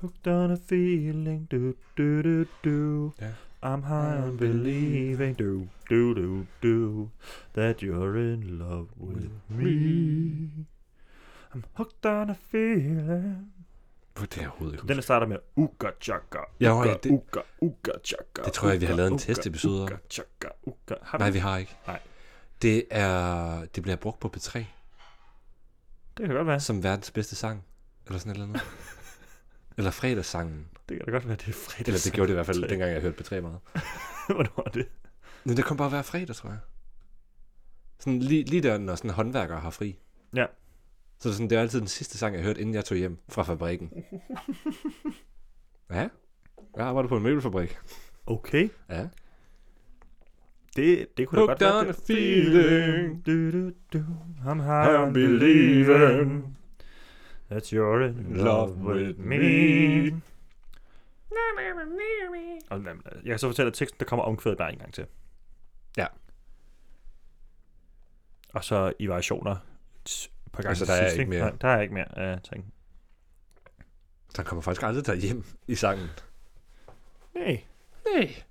[SPEAKER 2] Hooked on a feeling, do do do do.
[SPEAKER 3] Ja.
[SPEAKER 2] I'm high on believing, do do do do, that you're in love with me. I'm hooked on a feeling.
[SPEAKER 3] Puh, det er jeg overhovedet ikke
[SPEAKER 2] Den, der
[SPEAKER 3] huske.
[SPEAKER 2] starter med uga chaka,
[SPEAKER 3] Ja,
[SPEAKER 2] uga,
[SPEAKER 3] ja, det-
[SPEAKER 2] uga, uga chaka.
[SPEAKER 3] det tror jeg, vi har
[SPEAKER 2] uga,
[SPEAKER 3] lavet en
[SPEAKER 2] uga,
[SPEAKER 3] testepisode
[SPEAKER 2] Uga
[SPEAKER 3] om.
[SPEAKER 2] chaka, uga. Har vi?
[SPEAKER 3] Nej,
[SPEAKER 2] Nej,
[SPEAKER 3] vi har ikke.
[SPEAKER 2] Nej.
[SPEAKER 3] Det, er, det bliver brugt på P3
[SPEAKER 2] Det kan godt være.
[SPEAKER 3] som verdens bedste sang. Eller sådan et eller andet. eller fredagssangen.
[SPEAKER 2] Det kan da godt være, det er fredag.
[SPEAKER 3] Eller det gjorde det i hvert fald,
[SPEAKER 2] P3.
[SPEAKER 3] dengang jeg hørte P3 meget.
[SPEAKER 2] Hvornår er det?
[SPEAKER 3] Men det kom bare hver fredag, tror jeg. Sådan lige, lige der, når sådan håndværkere har fri.
[SPEAKER 2] Ja.
[SPEAKER 3] Så det er sådan, det er altid den sidste sang, jeg hørte, inden jeg tog hjem fra fabrikken. ja. Jeg arbejder på en møbelfabrik.
[SPEAKER 2] Okay.
[SPEAKER 3] Ja.
[SPEAKER 2] Det, det kunne da
[SPEAKER 3] Hooked
[SPEAKER 2] godt være.
[SPEAKER 3] on
[SPEAKER 2] det.
[SPEAKER 3] a feeling.
[SPEAKER 2] Du, du, du. I'm high
[SPEAKER 3] I'm
[SPEAKER 2] on believing. That you're in love with me. Og, jamen, Jeg kan så fortælle, at teksten, der kommer omkvædet bare en gang til.
[SPEAKER 3] Ja.
[SPEAKER 2] Og så i variationer t- på gang
[SPEAKER 3] Altså,
[SPEAKER 2] til
[SPEAKER 3] der er
[SPEAKER 2] sidst,
[SPEAKER 3] ikke mere.
[SPEAKER 2] Nej, der er ikke mere af uh, ting.
[SPEAKER 3] Så han kommer faktisk aldrig der hjem i sangen.
[SPEAKER 2] Nej.
[SPEAKER 3] Nej.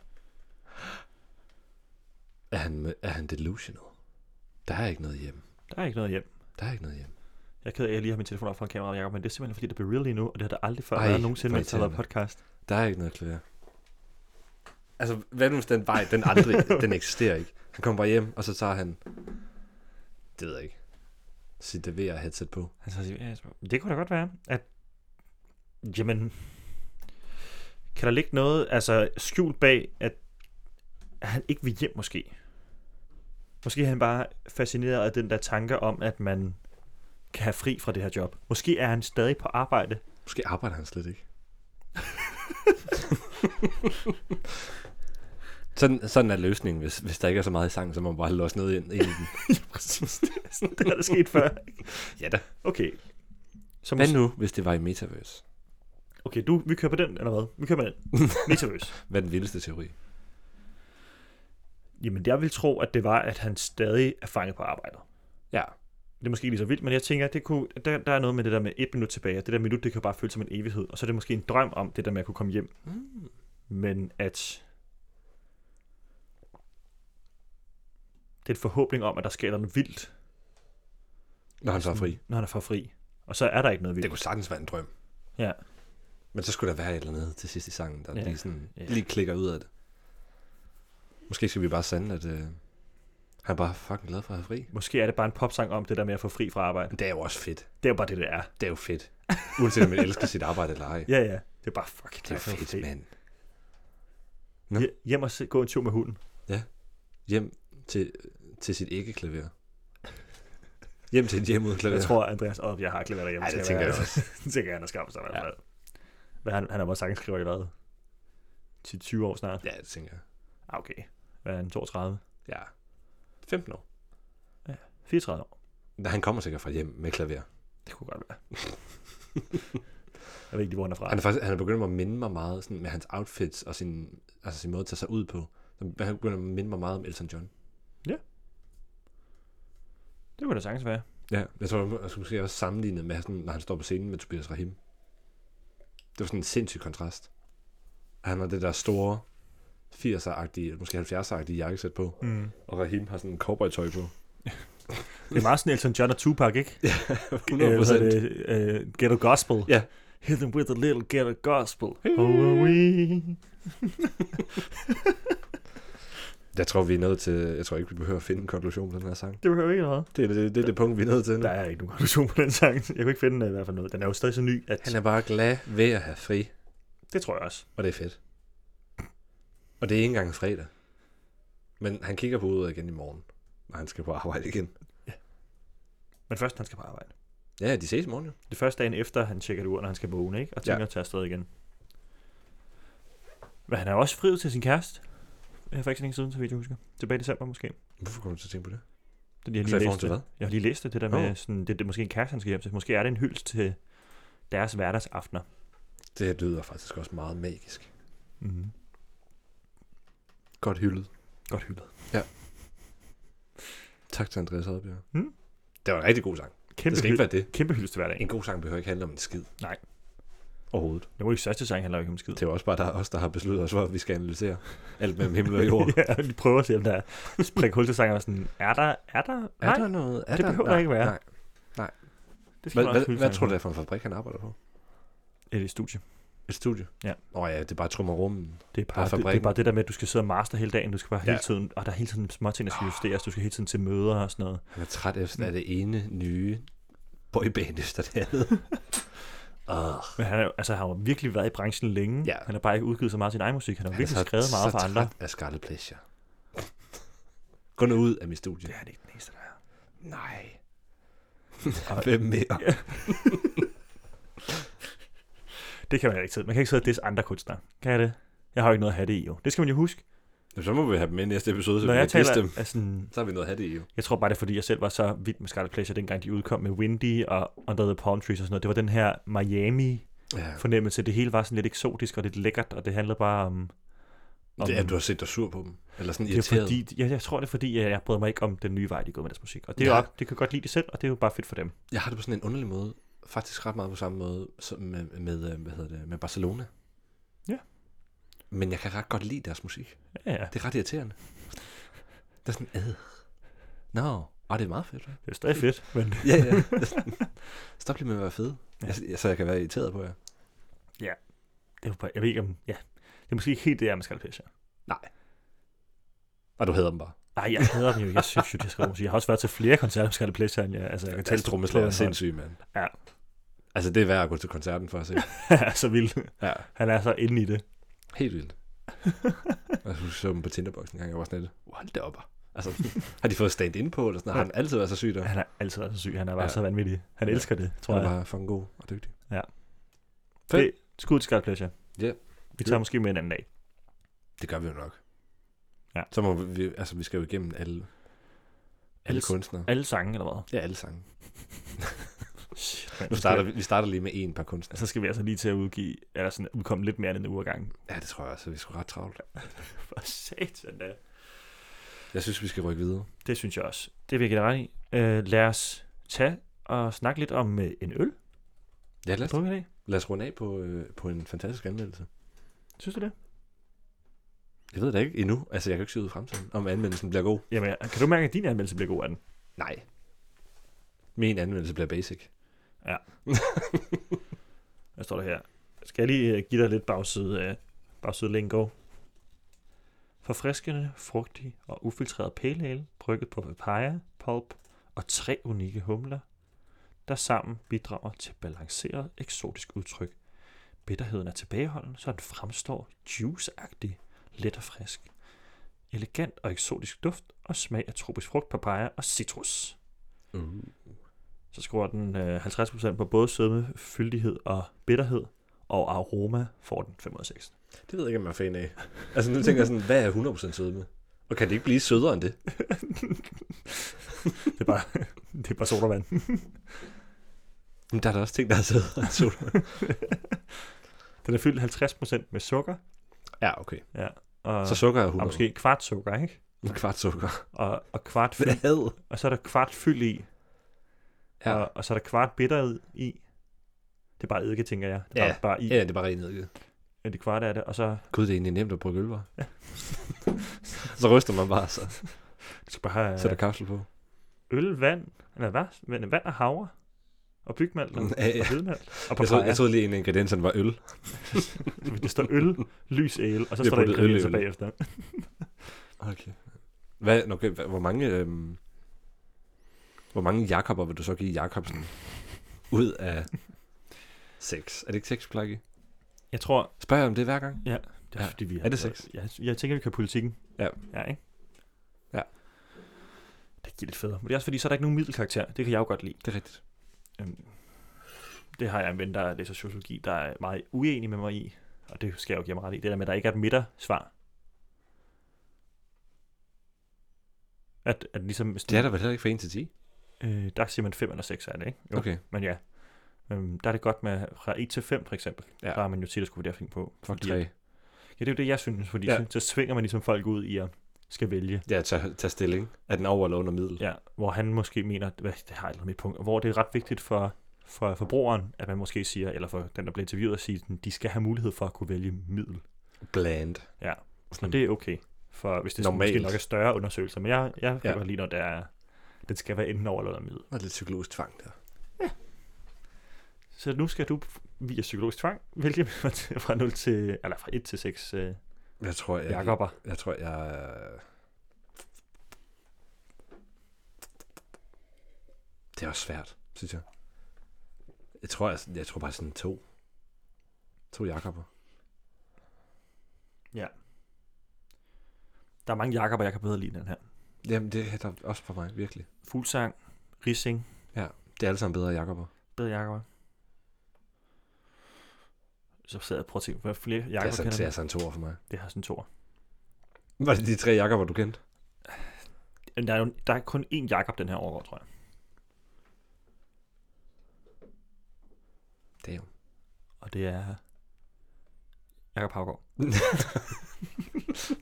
[SPEAKER 3] Er han, med- er han delusional? Der er ikke noget hjem.
[SPEAKER 2] Der er ikke noget hjem.
[SPEAKER 3] Der er ikke noget hjem.
[SPEAKER 2] Jeg er ked af, at jeg lige har min telefon op foran kameraet, Jacob, men det er simpelthen fordi, det bliver real lige nu, og det har der aldrig før
[SPEAKER 3] Ej,
[SPEAKER 2] været nogensinde,
[SPEAKER 3] hvor
[SPEAKER 2] mens jeg har lavet podcast.
[SPEAKER 3] Der er ikke noget klaver. Altså, hvad nu hvis den vej, den aldrig, den eksisterer ikke. Han kommer bare hjem, og så tager han, det ved jeg ikke, sit VR-headset på.
[SPEAKER 2] Han så siger, ja, det kunne da godt være, at, jamen, kan der ligge noget, altså skjult bag, at han ikke vil hjem måske? Måske er han bare fascineret af den der tanke om, at man kan have fri fra det her job. Måske er han stadig på arbejde.
[SPEAKER 3] Måske arbejder han slet ikke. sådan, sådan er løsningen, hvis, hvis der ikke er så meget i sangen, så må man bare låse noget ind, ind i den.
[SPEAKER 2] Præcis, det er sådan, det er der sket før.
[SPEAKER 3] Ja da.
[SPEAKER 2] Okay. Så
[SPEAKER 3] Hvad
[SPEAKER 2] mås-
[SPEAKER 3] nu, hvis det var i Metaverse?
[SPEAKER 2] okay, du, vi kører på den, eller hvad? Vi kører på den. Metaverse.
[SPEAKER 3] Hvad er den vildeste teori?
[SPEAKER 2] Jamen, jeg vil tro, at det var, at han stadig er fanget på arbejdet.
[SPEAKER 3] Ja.
[SPEAKER 2] Det er måske ikke lige så vildt, men jeg tænker, at det kunne, der, der er noget med det der med et minut tilbage, og det der minut, det kan jo bare føles som en evighed, og så er det måske en drøm om det der med at kunne komme hjem,
[SPEAKER 3] Mm.
[SPEAKER 2] men at det er en forhåbning om, at der sker noget vildt,
[SPEAKER 3] Når han så er fri.
[SPEAKER 2] når han er for fri. Og så er der ikke noget vildt.
[SPEAKER 3] Det kunne sagtens være en drøm.
[SPEAKER 2] Ja.
[SPEAKER 3] Men så skulle der være et eller andet til sidst i sangen, der
[SPEAKER 2] Ja.
[SPEAKER 3] ja. lige, sådan,
[SPEAKER 2] Ja.
[SPEAKER 3] ja. lige klikker ud af det. Måske skal vi bare sande, at øh, han er bare fucking glad for at have fri.
[SPEAKER 2] Måske er det bare en popsang om det der med at få fri fra arbejde.
[SPEAKER 3] Det er jo også fedt.
[SPEAKER 2] Det er jo bare det, det er.
[SPEAKER 3] Det er jo fedt. Uanset om man elsker sit arbejde eller ej.
[SPEAKER 2] Ja, ja. Det er bare fucking
[SPEAKER 3] Det er jo fedt, mand. Nå.
[SPEAKER 2] Hje- Hjem og se, gå en tur med hunden.
[SPEAKER 3] Hjem til, til sit ikke-klaver. Hjem til et hjem uden klaver.
[SPEAKER 2] Jeg tror, Andreas op, jeg har glemt derhjemme.
[SPEAKER 3] Ej,
[SPEAKER 2] skal
[SPEAKER 3] det tænker
[SPEAKER 2] være-
[SPEAKER 3] jeg også.
[SPEAKER 2] Det tænker jeg, han har skabt sig i hvert
[SPEAKER 3] Ja.
[SPEAKER 2] fald. Hvad, han, han er vores sangskriver i hvad? 10-20 år snart?
[SPEAKER 3] Ja, det tænker jeg.
[SPEAKER 2] Ah, okay. Hvad er han? 32?
[SPEAKER 3] Ja. 15 år.
[SPEAKER 2] 34 år?
[SPEAKER 3] Nej, han kommer sikkert fra et hjem med klaver.
[SPEAKER 2] Det kunne godt være. jeg ved ikke, lige, hvor han er fra.
[SPEAKER 3] Han er, faktisk, han er begyndt at minde mig meget sådan, med hans outfits og sin, altså sin måde at tage sig ud på. Så Han begynder at minde mig meget om Elton John.
[SPEAKER 2] Det kunne da sagtens være.
[SPEAKER 3] Ja, jeg tror, jeg skulle måske også sammenligne med, sådan, når han står på scenen med Tobias Rahim. Det var sådan en sindssyg kontrast. Han har det der store 80'er-agtige, eller måske 70'er-agtige jakkesæt på,
[SPEAKER 2] Mm.
[SPEAKER 3] og Rahim har sådan en cowboy-tøj på.
[SPEAKER 2] Det er meget sådan Elton John og Tupac, ikke?
[SPEAKER 3] 100
[SPEAKER 2] Øh, hvad hedder det? Øh, ghetto Gospel.
[SPEAKER 3] Ja.
[SPEAKER 2] Hit them with a little ghetto gospel. How are we?
[SPEAKER 3] Jeg tror, vi er nødt til, jeg tror ikke, vi behøver at finde en konklusion på den her sang.
[SPEAKER 2] Det behøver vi ikke noget.
[SPEAKER 3] Det er det, det, er det punkt, vi er nødt til.
[SPEAKER 2] Der er ikke nogen konklusion på den sang. Jeg kunne ikke finde øh, i hvert fald noget. Den er jo stadig så ny, at...
[SPEAKER 3] Han er bare glad ved at have fri,
[SPEAKER 2] Det tror jeg også.
[SPEAKER 3] og det er fedt. Og det er ikke engang fredag. Men han kigger på uret igen i morgen, når han skal på arbejde igen.
[SPEAKER 2] Men først, han skal på arbejde.
[SPEAKER 3] Ja, de ses i morgen jo.
[SPEAKER 2] Det er først dagen efter, han tjekker det ud, når han skal vågne, ikke? Og tænker
[SPEAKER 3] Ja.
[SPEAKER 2] ja. at tage afsted igen. Men han er jo også friet til sin kæreste. Jeg for ikke så længe siden, så vidt jeg husker. Tilbage i december måske.
[SPEAKER 3] Hvorfor kommer du til at tænke på det?
[SPEAKER 2] Det, jeg,
[SPEAKER 3] Altså, i
[SPEAKER 2] lige
[SPEAKER 3] forhold
[SPEAKER 2] læste.
[SPEAKER 3] til hvad?
[SPEAKER 2] jeg har lige læst det, det der
[SPEAKER 3] Nå.
[SPEAKER 2] med, sådan, det, det er måske en kæreste, han skal hjem til. Måske er det en hyldest til deres hverdagsaftener.
[SPEAKER 3] Det her lyder faktisk også meget magisk.
[SPEAKER 2] Mm-hmm.
[SPEAKER 3] Godt hyldet.
[SPEAKER 2] Godt hyldet.
[SPEAKER 3] Tak til Andreas Adbjerg.
[SPEAKER 2] Mm.
[SPEAKER 3] Det var en rigtig god sang.
[SPEAKER 2] Kæmpe,
[SPEAKER 3] det skal ikke
[SPEAKER 2] hyld,
[SPEAKER 3] være det.
[SPEAKER 2] kæmpe hyldest til hverdagen.
[SPEAKER 3] En god sang behøver ikke handle om en skid.
[SPEAKER 2] Nej.
[SPEAKER 3] Overhovedet.
[SPEAKER 2] Det var ikke største sang, han laver ikke om skid.
[SPEAKER 3] Det er jo også bare der, os, der har besluttet os for, at vi skal analysere alt mellem himmel og jord.
[SPEAKER 2] ja, vi prøver at se, om der er spræk hul til sangen, og sådan, er der, er der,
[SPEAKER 3] Er
[SPEAKER 2] nej,
[SPEAKER 3] der noget? Er
[SPEAKER 2] det
[SPEAKER 3] der?
[SPEAKER 2] behøver der ikke være.
[SPEAKER 3] Nej. Nej.
[SPEAKER 2] Det skal
[SPEAKER 3] Hvad,
[SPEAKER 2] man også
[SPEAKER 3] hvad,
[SPEAKER 2] hylde
[SPEAKER 3] hvad
[SPEAKER 2] sig
[SPEAKER 3] tror du,
[SPEAKER 2] for.
[SPEAKER 3] det er for en fabrik, han arbejder på?
[SPEAKER 2] Et et studie.
[SPEAKER 3] Et studie?
[SPEAKER 2] Ja.
[SPEAKER 3] Nå ja, det er bare trummerummen.
[SPEAKER 2] Det er, bare, det, det er
[SPEAKER 3] fabrikken.
[SPEAKER 2] bare det der med, at du skal sidde og master hele dagen, du skal bare ja.
[SPEAKER 3] Ja.
[SPEAKER 2] hele tiden, og der er hele tiden små ting, der skal justeres, du skal hele tiden til møder og sådan noget.
[SPEAKER 3] Han er træt efter af det ene nye boyband efter det andet. uh,
[SPEAKER 2] Men han, er, jo- altså, han har jo virkelig været i branchen længe.
[SPEAKER 3] Ja.
[SPEAKER 2] Han har bare ikke udgivet så meget af sin egen musik, han har virkelig skrevet meget for andre.
[SPEAKER 3] af Scarlet Pleasure. Gå nu ud af mit studie.
[SPEAKER 2] Det er han ikke den eneste, der er.
[SPEAKER 3] Nej. Hvem mere?
[SPEAKER 2] Det kan man ikke sidde. Man kan ikke sidde og disse andre kunstnere. Kan jeg det? Jeg har jo ikke noget at have det i, jo. Det skal man jo huske.
[SPEAKER 3] Jamen, Så må vi have dem med i næste episode, så
[SPEAKER 2] Når
[SPEAKER 3] vi
[SPEAKER 2] jeg
[SPEAKER 3] kan taler...
[SPEAKER 2] taler,
[SPEAKER 3] dem.
[SPEAKER 2] altså,
[SPEAKER 3] Så har vi noget at have det i, jo.
[SPEAKER 2] Jeg tror bare, det er fordi, jeg selv var så vild med Scarlet Pleasure, dengang de udkom med Windy og Under the Palm Trees og sådan noget. Det var den her Miami-fornemmelse.
[SPEAKER 3] Ja.
[SPEAKER 2] Det hele var sådan lidt eksotisk og lidt lækkert, og det handlede bare om... om
[SPEAKER 3] Det er, at du har set dig sur på dem. Eller sådan
[SPEAKER 2] det er
[SPEAKER 3] irriteret.
[SPEAKER 2] fordi, jeg, jeg tror, det er fordi, jeg, jeg bryder mig ikke om den nye vej, de er gået med deres musik. Og det, er
[SPEAKER 3] Ja.
[SPEAKER 2] jo, op- det kan jeg godt lide det selv, og det er jo bare fedt for dem.
[SPEAKER 3] Jeg har det på sådan en underlig måde. Faktisk ret meget på samme måde som med, med, øh, hvad hedder det, med Barcelona.
[SPEAKER 2] Ja.
[SPEAKER 3] Men jeg kan ret godt lide deres musik.
[SPEAKER 2] Ja, ja.
[SPEAKER 3] Det er ret irriterende. Det er sådan, æd. Nå, og det er meget fedt. hva'?"
[SPEAKER 2] Det er stadig fedt, men...
[SPEAKER 3] Ja, ja. Det er sådan, Stop lige med at være fed. Altså, Ja. Jeg, så jeg kan være irriteret på jer.
[SPEAKER 2] Det er jo bare, jeg ved ikke om... Ja. Det er måske ikke helt det, jeg er med Scarlet Pleasure.
[SPEAKER 3] Og du hedder dem bare.
[SPEAKER 2] Nej, jeg hader dem jo. Jeg synes jo, de har skrevet musik. Jeg har også været til flere koncerter med Scarlet Pleasure, end jeg... Altså, jeg kan
[SPEAKER 3] Deres
[SPEAKER 2] på-
[SPEAKER 3] trommeslager er
[SPEAKER 2] på en hånd.
[SPEAKER 3] sindssyg, mand.
[SPEAKER 2] Ja.
[SPEAKER 3] Altså, det er værd at gå til koncerten for at se.
[SPEAKER 2] Han er så vild.
[SPEAKER 3] Ja.
[SPEAKER 2] Han er så inde i det.
[SPEAKER 3] Helt vildt. Jeg husker, så dem på Tinderbox en gang, jeg var sådan lidt, hold da op. Altså, har de fået stand-in på, eller sådan noget? Har han altid været så syg der?
[SPEAKER 2] Han har altid været så syg. Han er bare ja.
[SPEAKER 3] Ja.
[SPEAKER 2] så vanvittig. Han
[SPEAKER 3] Ja.
[SPEAKER 2] elsker det, tror
[SPEAKER 3] Tror
[SPEAKER 2] jeg.
[SPEAKER 3] han var fucking god og dygtig.
[SPEAKER 2] Fedt. Det, skud til Scarlet Pleasure.
[SPEAKER 3] Ja.
[SPEAKER 2] Vi tager måske med en anden dag.
[SPEAKER 3] Det gør vi jo nok.
[SPEAKER 2] Ja.
[SPEAKER 3] Så må vi, altså vi skal jo igennem alle, alle
[SPEAKER 2] Alle-
[SPEAKER 3] kunstnere.
[SPEAKER 2] Alle sange, eller hvad?
[SPEAKER 3] Ja, alle sange.
[SPEAKER 2] Shit, man,
[SPEAKER 3] Nu starter vi, vi starter lige med en par kunstnere.
[SPEAKER 2] Så skal vi altså lige til at udgive, eller sådan, udkomme lidt mere end en uge ad gangen.
[SPEAKER 3] Ja, det tror jeg også, vi skal ret travlt.
[SPEAKER 2] For satan da.
[SPEAKER 3] Jeg synes, vi skal rykke videre.
[SPEAKER 2] Det synes jeg også. Det vil jeg give dig ret i. Øh, lad os tage og snakke lidt om øh, en øl.
[SPEAKER 3] Ja, lad
[SPEAKER 2] Hvad
[SPEAKER 3] os,
[SPEAKER 2] drukker i dag?
[SPEAKER 3] lad os runde af på, øh, på en fantastisk anmeldelse.
[SPEAKER 2] Synes du det?
[SPEAKER 3] Jeg ved det ikke endnu. Altså, jeg kan jo ikke se ud i fremtiden, om anmeldelsen bliver god.
[SPEAKER 2] Jamen, kan du mærke, at din anmeldelse bliver god af den?
[SPEAKER 3] Nej. Min anmeldelse bliver basic.
[SPEAKER 2] Hvad står der her? Skal jeg lige øh, give dig lidt bagside, øh, bagside lingo? Forfriskende, frugtig og ufiltreret pale ale, brygget på papaya, pulp og tre unikke humler, der sammen bidrager til balanceret, eksotisk udtryk. Bitterheden er tilbageholden, så den fremstår juiceagtig, let og frisk. Elegant og eksotisk duft og smag af tropisk frugt, papaya og citrus.
[SPEAKER 3] Uh.
[SPEAKER 2] Så skruer den øh, 50% på både sødme, fyldighed og bitterhed, og aroma får den 5 ud af 6.
[SPEAKER 3] Det ved jeg ikke, om jeg er fan af. Altså, nu tænker jeg sådan, hvad er 100% sødme? Og kan det ikke blive sødere end det?
[SPEAKER 2] Det er bare, det er bare sodavand.
[SPEAKER 3] Men der er der også ting, der er sødere end sodavand.
[SPEAKER 2] Den er fyldt 50% med sukker,
[SPEAKER 3] Ja, okay.
[SPEAKER 2] og,
[SPEAKER 3] Så sukker er 100.
[SPEAKER 2] og måske en kvart sukker, ikke?
[SPEAKER 3] En kvart sukker.
[SPEAKER 2] Og, og, kvart
[SPEAKER 3] Hvad
[SPEAKER 2] fyld,
[SPEAKER 3] havde?
[SPEAKER 2] og så er der kvart fyld i,
[SPEAKER 3] Ja.
[SPEAKER 2] og, og så er der kvart bitterhed i. Det er bare eddike, tænker jeg. Det er
[SPEAKER 3] Ja.
[SPEAKER 2] bare, bare i,
[SPEAKER 3] Ja, det er bare ren eddike.
[SPEAKER 2] ja. det kvart af det, og så
[SPEAKER 3] Gud, det er egentlig nemt at bruge øl, var. så ryster man bare, så
[SPEAKER 2] du skal bare have
[SPEAKER 3] sætter kapsel på.
[SPEAKER 2] øl, vand, eller hvad? Vand, vand og havre, og bygmalt, og,
[SPEAKER 3] Ja, ja.
[SPEAKER 2] og hvidmalt, og
[SPEAKER 3] Jeg troede,
[SPEAKER 2] papaya.
[SPEAKER 3] jeg troede lige, en af ingredienserne var øl.
[SPEAKER 2] Fordi der står øl, lys ale, og så
[SPEAKER 3] Vi har
[SPEAKER 2] står der
[SPEAKER 3] puttet øl i
[SPEAKER 2] ingredienser
[SPEAKER 3] øl.
[SPEAKER 2] bagefter.
[SPEAKER 3] Okay. Hvad, nå, okay, hva- hvor mange... Øhm, hvor mange Jakober vil du så give Jakobsen ud af seks? Er det ikke seks, vi plejer at give?
[SPEAKER 2] Jeg tror,
[SPEAKER 3] Spørger jeg om det hver gang?
[SPEAKER 2] det er,
[SPEAKER 3] Ja.
[SPEAKER 2] fordi vi har,
[SPEAKER 3] Er det seks?
[SPEAKER 2] Jeg, jeg tænker, vi kører politikken.
[SPEAKER 3] Ja.
[SPEAKER 2] Ja, ikke?
[SPEAKER 3] Ja.
[SPEAKER 2] Det giver lidt federe. Men det er også fordi, så er der ikke nogen middelkarakter. Det kan jeg jo godt lide.
[SPEAKER 3] Det er rigtigt.
[SPEAKER 2] Øhm, Det har jeg en ven, der læser sociologi, der er meget uenig med mig i. Og det skal jeg jo give mig ret i. Det der med, at der ikke er et midtersvar. At, at ligesom, hvis
[SPEAKER 3] Det er der vel heller ikke fra 1 til 10?
[SPEAKER 2] øh, der siger man 5 eller 6 er det, ikke? Jo.
[SPEAKER 3] Okay.
[SPEAKER 2] Men ja, øhm, der er det godt med fra 1 til 5 for eksempel. Ja.
[SPEAKER 3] Ja.
[SPEAKER 2] Der har man jo tit at skulle vurdere ting på.
[SPEAKER 3] Fuck
[SPEAKER 2] Fordi-
[SPEAKER 3] 3.
[SPEAKER 2] Ja, det er jo det, jeg synes, fordi ja.
[SPEAKER 3] Ja.
[SPEAKER 2] så, så svinger man ligesom folk ud i at skal vælge.
[SPEAKER 3] Ja, tag, tag stilling. Er den over eller under middel?
[SPEAKER 2] Ja, hvor han måske mener, hvad, det har jeg aldrig mit punkt, hvor det er ret vigtigt for, for forbrugeren, at man måske siger, eller for den, der bliver interviewet, at sige, sådan, de skal have mulighed for at kunne vælge middel.
[SPEAKER 3] Bland.
[SPEAKER 2] Ja, og
[SPEAKER 3] Sådan,
[SPEAKER 2] det er okay, for hvis det sådan,
[SPEAKER 3] Normalt.
[SPEAKER 2] måske nok er større undersøgelser, men jeg, jeg kan ja.
[SPEAKER 3] Ja.
[SPEAKER 2] godt lide, når det er, den skal være enten over eller under middel.
[SPEAKER 3] Der er lidt psykologisk tvang der.
[SPEAKER 2] Så nu skal du via psykologisk tvang vælge mellem at- fra 0 til, eller fra 1 til 6 øh,
[SPEAKER 3] Jeg tror, jeg,
[SPEAKER 2] Jakober.
[SPEAKER 3] jeg, tror, jeg... Det er også svært, synes jeg. Jeg tror, jeg, jeg tror bare sådan to. To Jakober.
[SPEAKER 2] Der er mange Jakober, jeg kan bedre lide end den her.
[SPEAKER 3] Jamen, det er der også for mig, virkelig.
[SPEAKER 2] Fuglsang, Rising,
[SPEAKER 3] Det er alle sammen bedre Jakober.
[SPEAKER 2] bedre Jakober. Så sidder jeg og prøver at tænke, hvad flere
[SPEAKER 3] Det er,
[SPEAKER 2] Jakober
[SPEAKER 3] sådan, altså- det er
[SPEAKER 2] kender.
[SPEAKER 3] sådan to år for mig.
[SPEAKER 2] Det har sådan to.
[SPEAKER 3] Var det de tre Jakober, du kendte?
[SPEAKER 2] Men der er, jo, der er kun én Jakob den her overgår, tror jeg.
[SPEAKER 3] Det er jo.
[SPEAKER 2] Og det er Jakob Havgaard.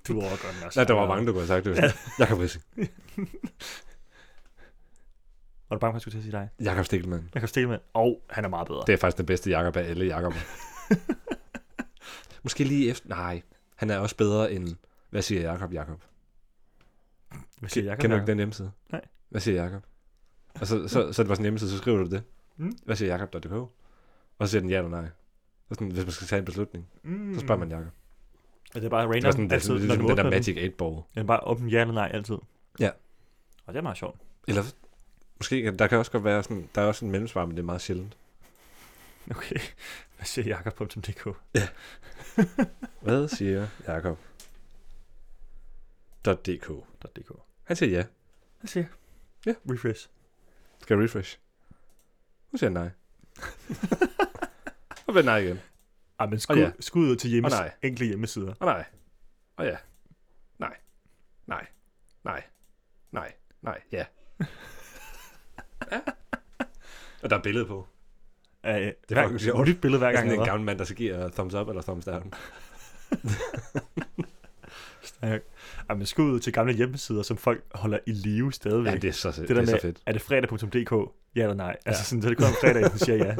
[SPEAKER 2] du overgår den også.
[SPEAKER 3] Nej, der var mange, du kunne have sagt det. Ja. Jakob Rissing.
[SPEAKER 2] Var du bange for, at jeg skulle til at sige dig?
[SPEAKER 3] Jakob Stikkelmann.
[SPEAKER 2] Jakob Stelman. Og han er meget bedre.
[SPEAKER 3] Det er faktisk den bedste Jakob af alle Jakober. Måske lige efter... Nej, han er også bedre end... Hvad siger Jakob Jakob?
[SPEAKER 2] Hvad siger Jakob?
[SPEAKER 3] Kender du
[SPEAKER 2] Jakob?
[SPEAKER 3] ikke den hjemmeside?
[SPEAKER 2] Nej.
[SPEAKER 3] Hvad siger Jakob? Og så, så, så det var sådan en hjemmeside, så skriver du det.
[SPEAKER 2] Mm.
[SPEAKER 3] Hvad siger Jakob.dk? Og så siger den ja eller nej. Og sådan, hvis man skal tage en beslutning,
[SPEAKER 2] Mm.
[SPEAKER 3] så spørger man Jakob.
[SPEAKER 2] Og det er bare random.
[SPEAKER 3] Det var sådan, det,
[SPEAKER 2] altid,
[SPEAKER 3] altid,
[SPEAKER 2] når
[SPEAKER 3] det, det,
[SPEAKER 2] du
[SPEAKER 3] den der
[SPEAKER 2] åbner
[SPEAKER 3] Magic 8-ball.
[SPEAKER 2] Den er bare åben ja eller nej altid.
[SPEAKER 3] Ja.
[SPEAKER 2] Og det er meget sjovt.
[SPEAKER 3] Eller måske, der kan også godt være sådan, der er også en mellemsvar, men det er meget sjældent.
[SPEAKER 2] Okay. Hvad siger Jakob.dk?
[SPEAKER 3] Hvad siger Jakob? .dk.
[SPEAKER 2] .dk.
[SPEAKER 3] Han siger ja.
[SPEAKER 2] Hvad siger
[SPEAKER 3] Ja.
[SPEAKER 2] Refresh.
[SPEAKER 3] Skal jeg refresh? Hun siger nej. Og vend nej igen.
[SPEAKER 2] Ej, men
[SPEAKER 3] Og
[SPEAKER 2] skud,
[SPEAKER 3] ja.
[SPEAKER 2] ja. skud ud til hjemmes-
[SPEAKER 3] Og nej.
[SPEAKER 2] enkle hjemmesider.
[SPEAKER 3] Og nej. Og ja. Nej. Nej. Nej. Nej. Nej. Ja. ja. Og der er billede på.
[SPEAKER 2] Æh, det
[SPEAKER 3] er faktisk sjovt.
[SPEAKER 2] Nyt billede hver
[SPEAKER 3] Det er
[SPEAKER 2] gang.
[SPEAKER 3] sådan en
[SPEAKER 2] eller
[SPEAKER 3] gammel mand, der så giver thumbs up eller thumbs down.
[SPEAKER 2] hvad? Ej, men skud ud til gamle hjemmesider, som folk holder i live stadigvæk.
[SPEAKER 3] Ja, det er så, det
[SPEAKER 2] der
[SPEAKER 3] det er så
[SPEAKER 2] med-
[SPEAKER 3] fedt.
[SPEAKER 2] Er det fredag.dk? Ja eller nej? Altså
[SPEAKER 3] Ja.
[SPEAKER 2] sådan, så det kommer fredag, den siger ja.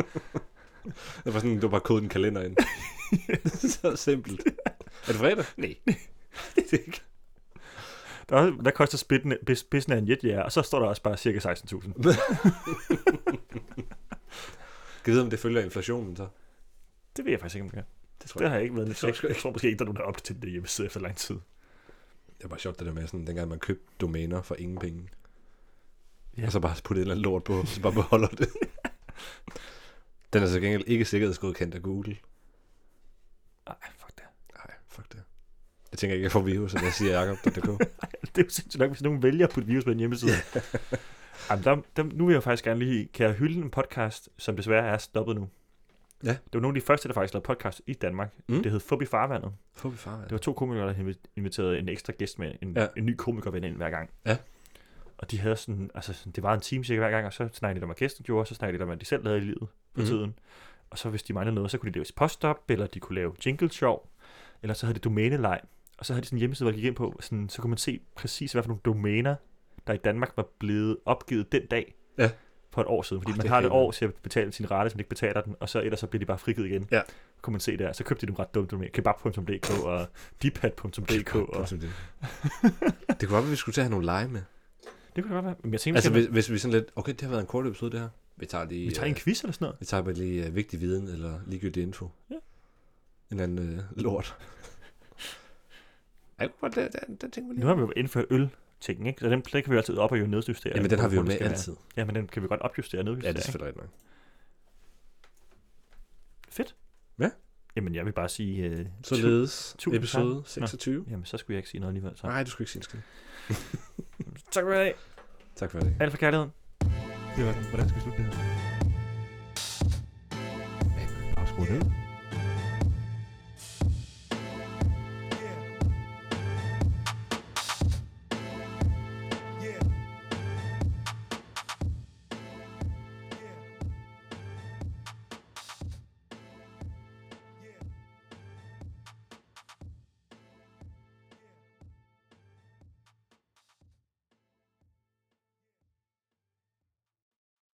[SPEAKER 3] Det var sådan, du bare kodede en kalender ind. så simpelt. Er det fredag? Nej. det er det ikke.
[SPEAKER 2] Der er, også- hvad koster spidsen, bis- spidsen af en jetjæger? Og så står der også bare cirka 16.000.
[SPEAKER 3] Kan vide, om det følger inflationen så?
[SPEAKER 2] Det ved jeg faktisk ikke, om det gør.
[SPEAKER 3] Det tror
[SPEAKER 2] Det
[SPEAKER 3] jeg.
[SPEAKER 2] har jeg ikke været
[SPEAKER 3] Det tror jeg
[SPEAKER 2] lidt
[SPEAKER 3] sgu
[SPEAKER 2] jeg,
[SPEAKER 3] ikke.
[SPEAKER 2] jeg tror måske ikke, der er nogen, der er op til det hjemmeside efter lang tid.
[SPEAKER 3] Det er bare sjovt, det der med sådan, dengang man købte domæner for ingen penge.
[SPEAKER 2] Ja.
[SPEAKER 3] Ja. Og så bare putte et eller andet lort på, så bare beholder det. Den er så gengæld ikke sikkerhedsgodkendt af Google.
[SPEAKER 2] Nej, fuck det.
[SPEAKER 3] Nej, fuck det. Jeg tænker ikke, jeg får virus, når jeg siger jacob.dk.
[SPEAKER 2] Det er jo sindssygt nok, hvis nogen vælger at putte virus på en hjemmeside. Jamen, der, der, nu vil jeg faktisk gerne lige, kan jeg hylde en podcast, som desværre er stoppet nu.
[SPEAKER 3] Ja.
[SPEAKER 2] Det var nogle af de første, der faktisk lavede podcast i Danmark.
[SPEAKER 3] Mm.
[SPEAKER 2] Mm. Det hed Fubi Farvandet.
[SPEAKER 3] Får vi far,
[SPEAKER 2] Det var to komikere, der invi- inviterede en ekstra gæst med, en,
[SPEAKER 3] Ja.
[SPEAKER 2] ja. en ny komikerven ind hver gang.
[SPEAKER 3] Ja.
[SPEAKER 2] Og de havde sådan, altså sådan, det var en time cirka hver gang, og så snakkede de om, hvad gæsten gjorde, og så snakkede de om, hvad de selv lavede i livet for
[SPEAKER 3] Mhm.
[SPEAKER 2] mm. tiden. Og så hvis de manglede noget, så kunne de lave postop, eller de kunne lave jingle show, eller så havde de domæneleg. Og så havde de sådan en hjemmeside, hvor de gik ind på, sådan, så kunne man se præcis, hvad for nogle domæner, der i Danmark var blevet opgivet den dag.
[SPEAKER 3] Ja.
[SPEAKER 2] For et år siden, fordi
[SPEAKER 3] Åh,
[SPEAKER 2] oh, man
[SPEAKER 3] det er
[SPEAKER 2] har det
[SPEAKER 3] helt
[SPEAKER 2] år til at betale sin rate, som ikke betaler den, og så ellers så bliver de bare frigivet igen.
[SPEAKER 3] Ja.
[SPEAKER 2] Kunne man se der. Så købte de nogle ret dumme domæner. Kebab.dk og
[SPEAKER 3] Mhm.
[SPEAKER 2] dipad.dk. Og...
[SPEAKER 3] Det kunne være, at vi skulle til at have nogle lege med.
[SPEAKER 2] Det kunne det godt være. Men jeg tænker,
[SPEAKER 3] Altså,
[SPEAKER 2] altså, vi,
[SPEAKER 3] hvis, hvis vi sådan lidt... Okay, det har været en kort episode, det her. Vi tager lige...
[SPEAKER 2] vi tager en
[SPEAKER 3] øh,
[SPEAKER 2] quiz eller sådan noget.
[SPEAKER 3] vi tager bare lige uh, vigtig viden, eller ligegyldig info.
[SPEAKER 2] Ja.
[SPEAKER 3] En eller anden øh, lort. Ej, den, den, den tænker vi lige
[SPEAKER 2] Nu har vi jo indført øl ting, ikke? Så den den kan vi jo altid op og jo nedjustere.
[SPEAKER 3] Jamen, den har vi jo
[SPEAKER 2] Hvor det
[SPEAKER 3] med
[SPEAKER 2] skal være.
[SPEAKER 3] altid.
[SPEAKER 2] Ja, men den kan vi godt opjustere og
[SPEAKER 3] Ja,
[SPEAKER 2] nedjustere.
[SPEAKER 3] det er
[SPEAKER 2] ikke?
[SPEAKER 3] selvfølgelig rigtigt nok.
[SPEAKER 2] Fedt.
[SPEAKER 3] Ja.
[SPEAKER 2] Jamen, jeg vil bare sige... Øh, tu-
[SPEAKER 3] Således
[SPEAKER 2] tusind
[SPEAKER 3] episode
[SPEAKER 2] tak. Nå.
[SPEAKER 3] 26.
[SPEAKER 2] Jamen, så skulle jeg ikke sige noget alligevel. Så.
[SPEAKER 3] Nej, du skulle ikke sige en skid.
[SPEAKER 2] Tak for i dag.
[SPEAKER 3] Tak for det.
[SPEAKER 2] Alt for kærligheden. Det var, hvordan skal vi slutte det her?
[SPEAKER 3] Afskru ned.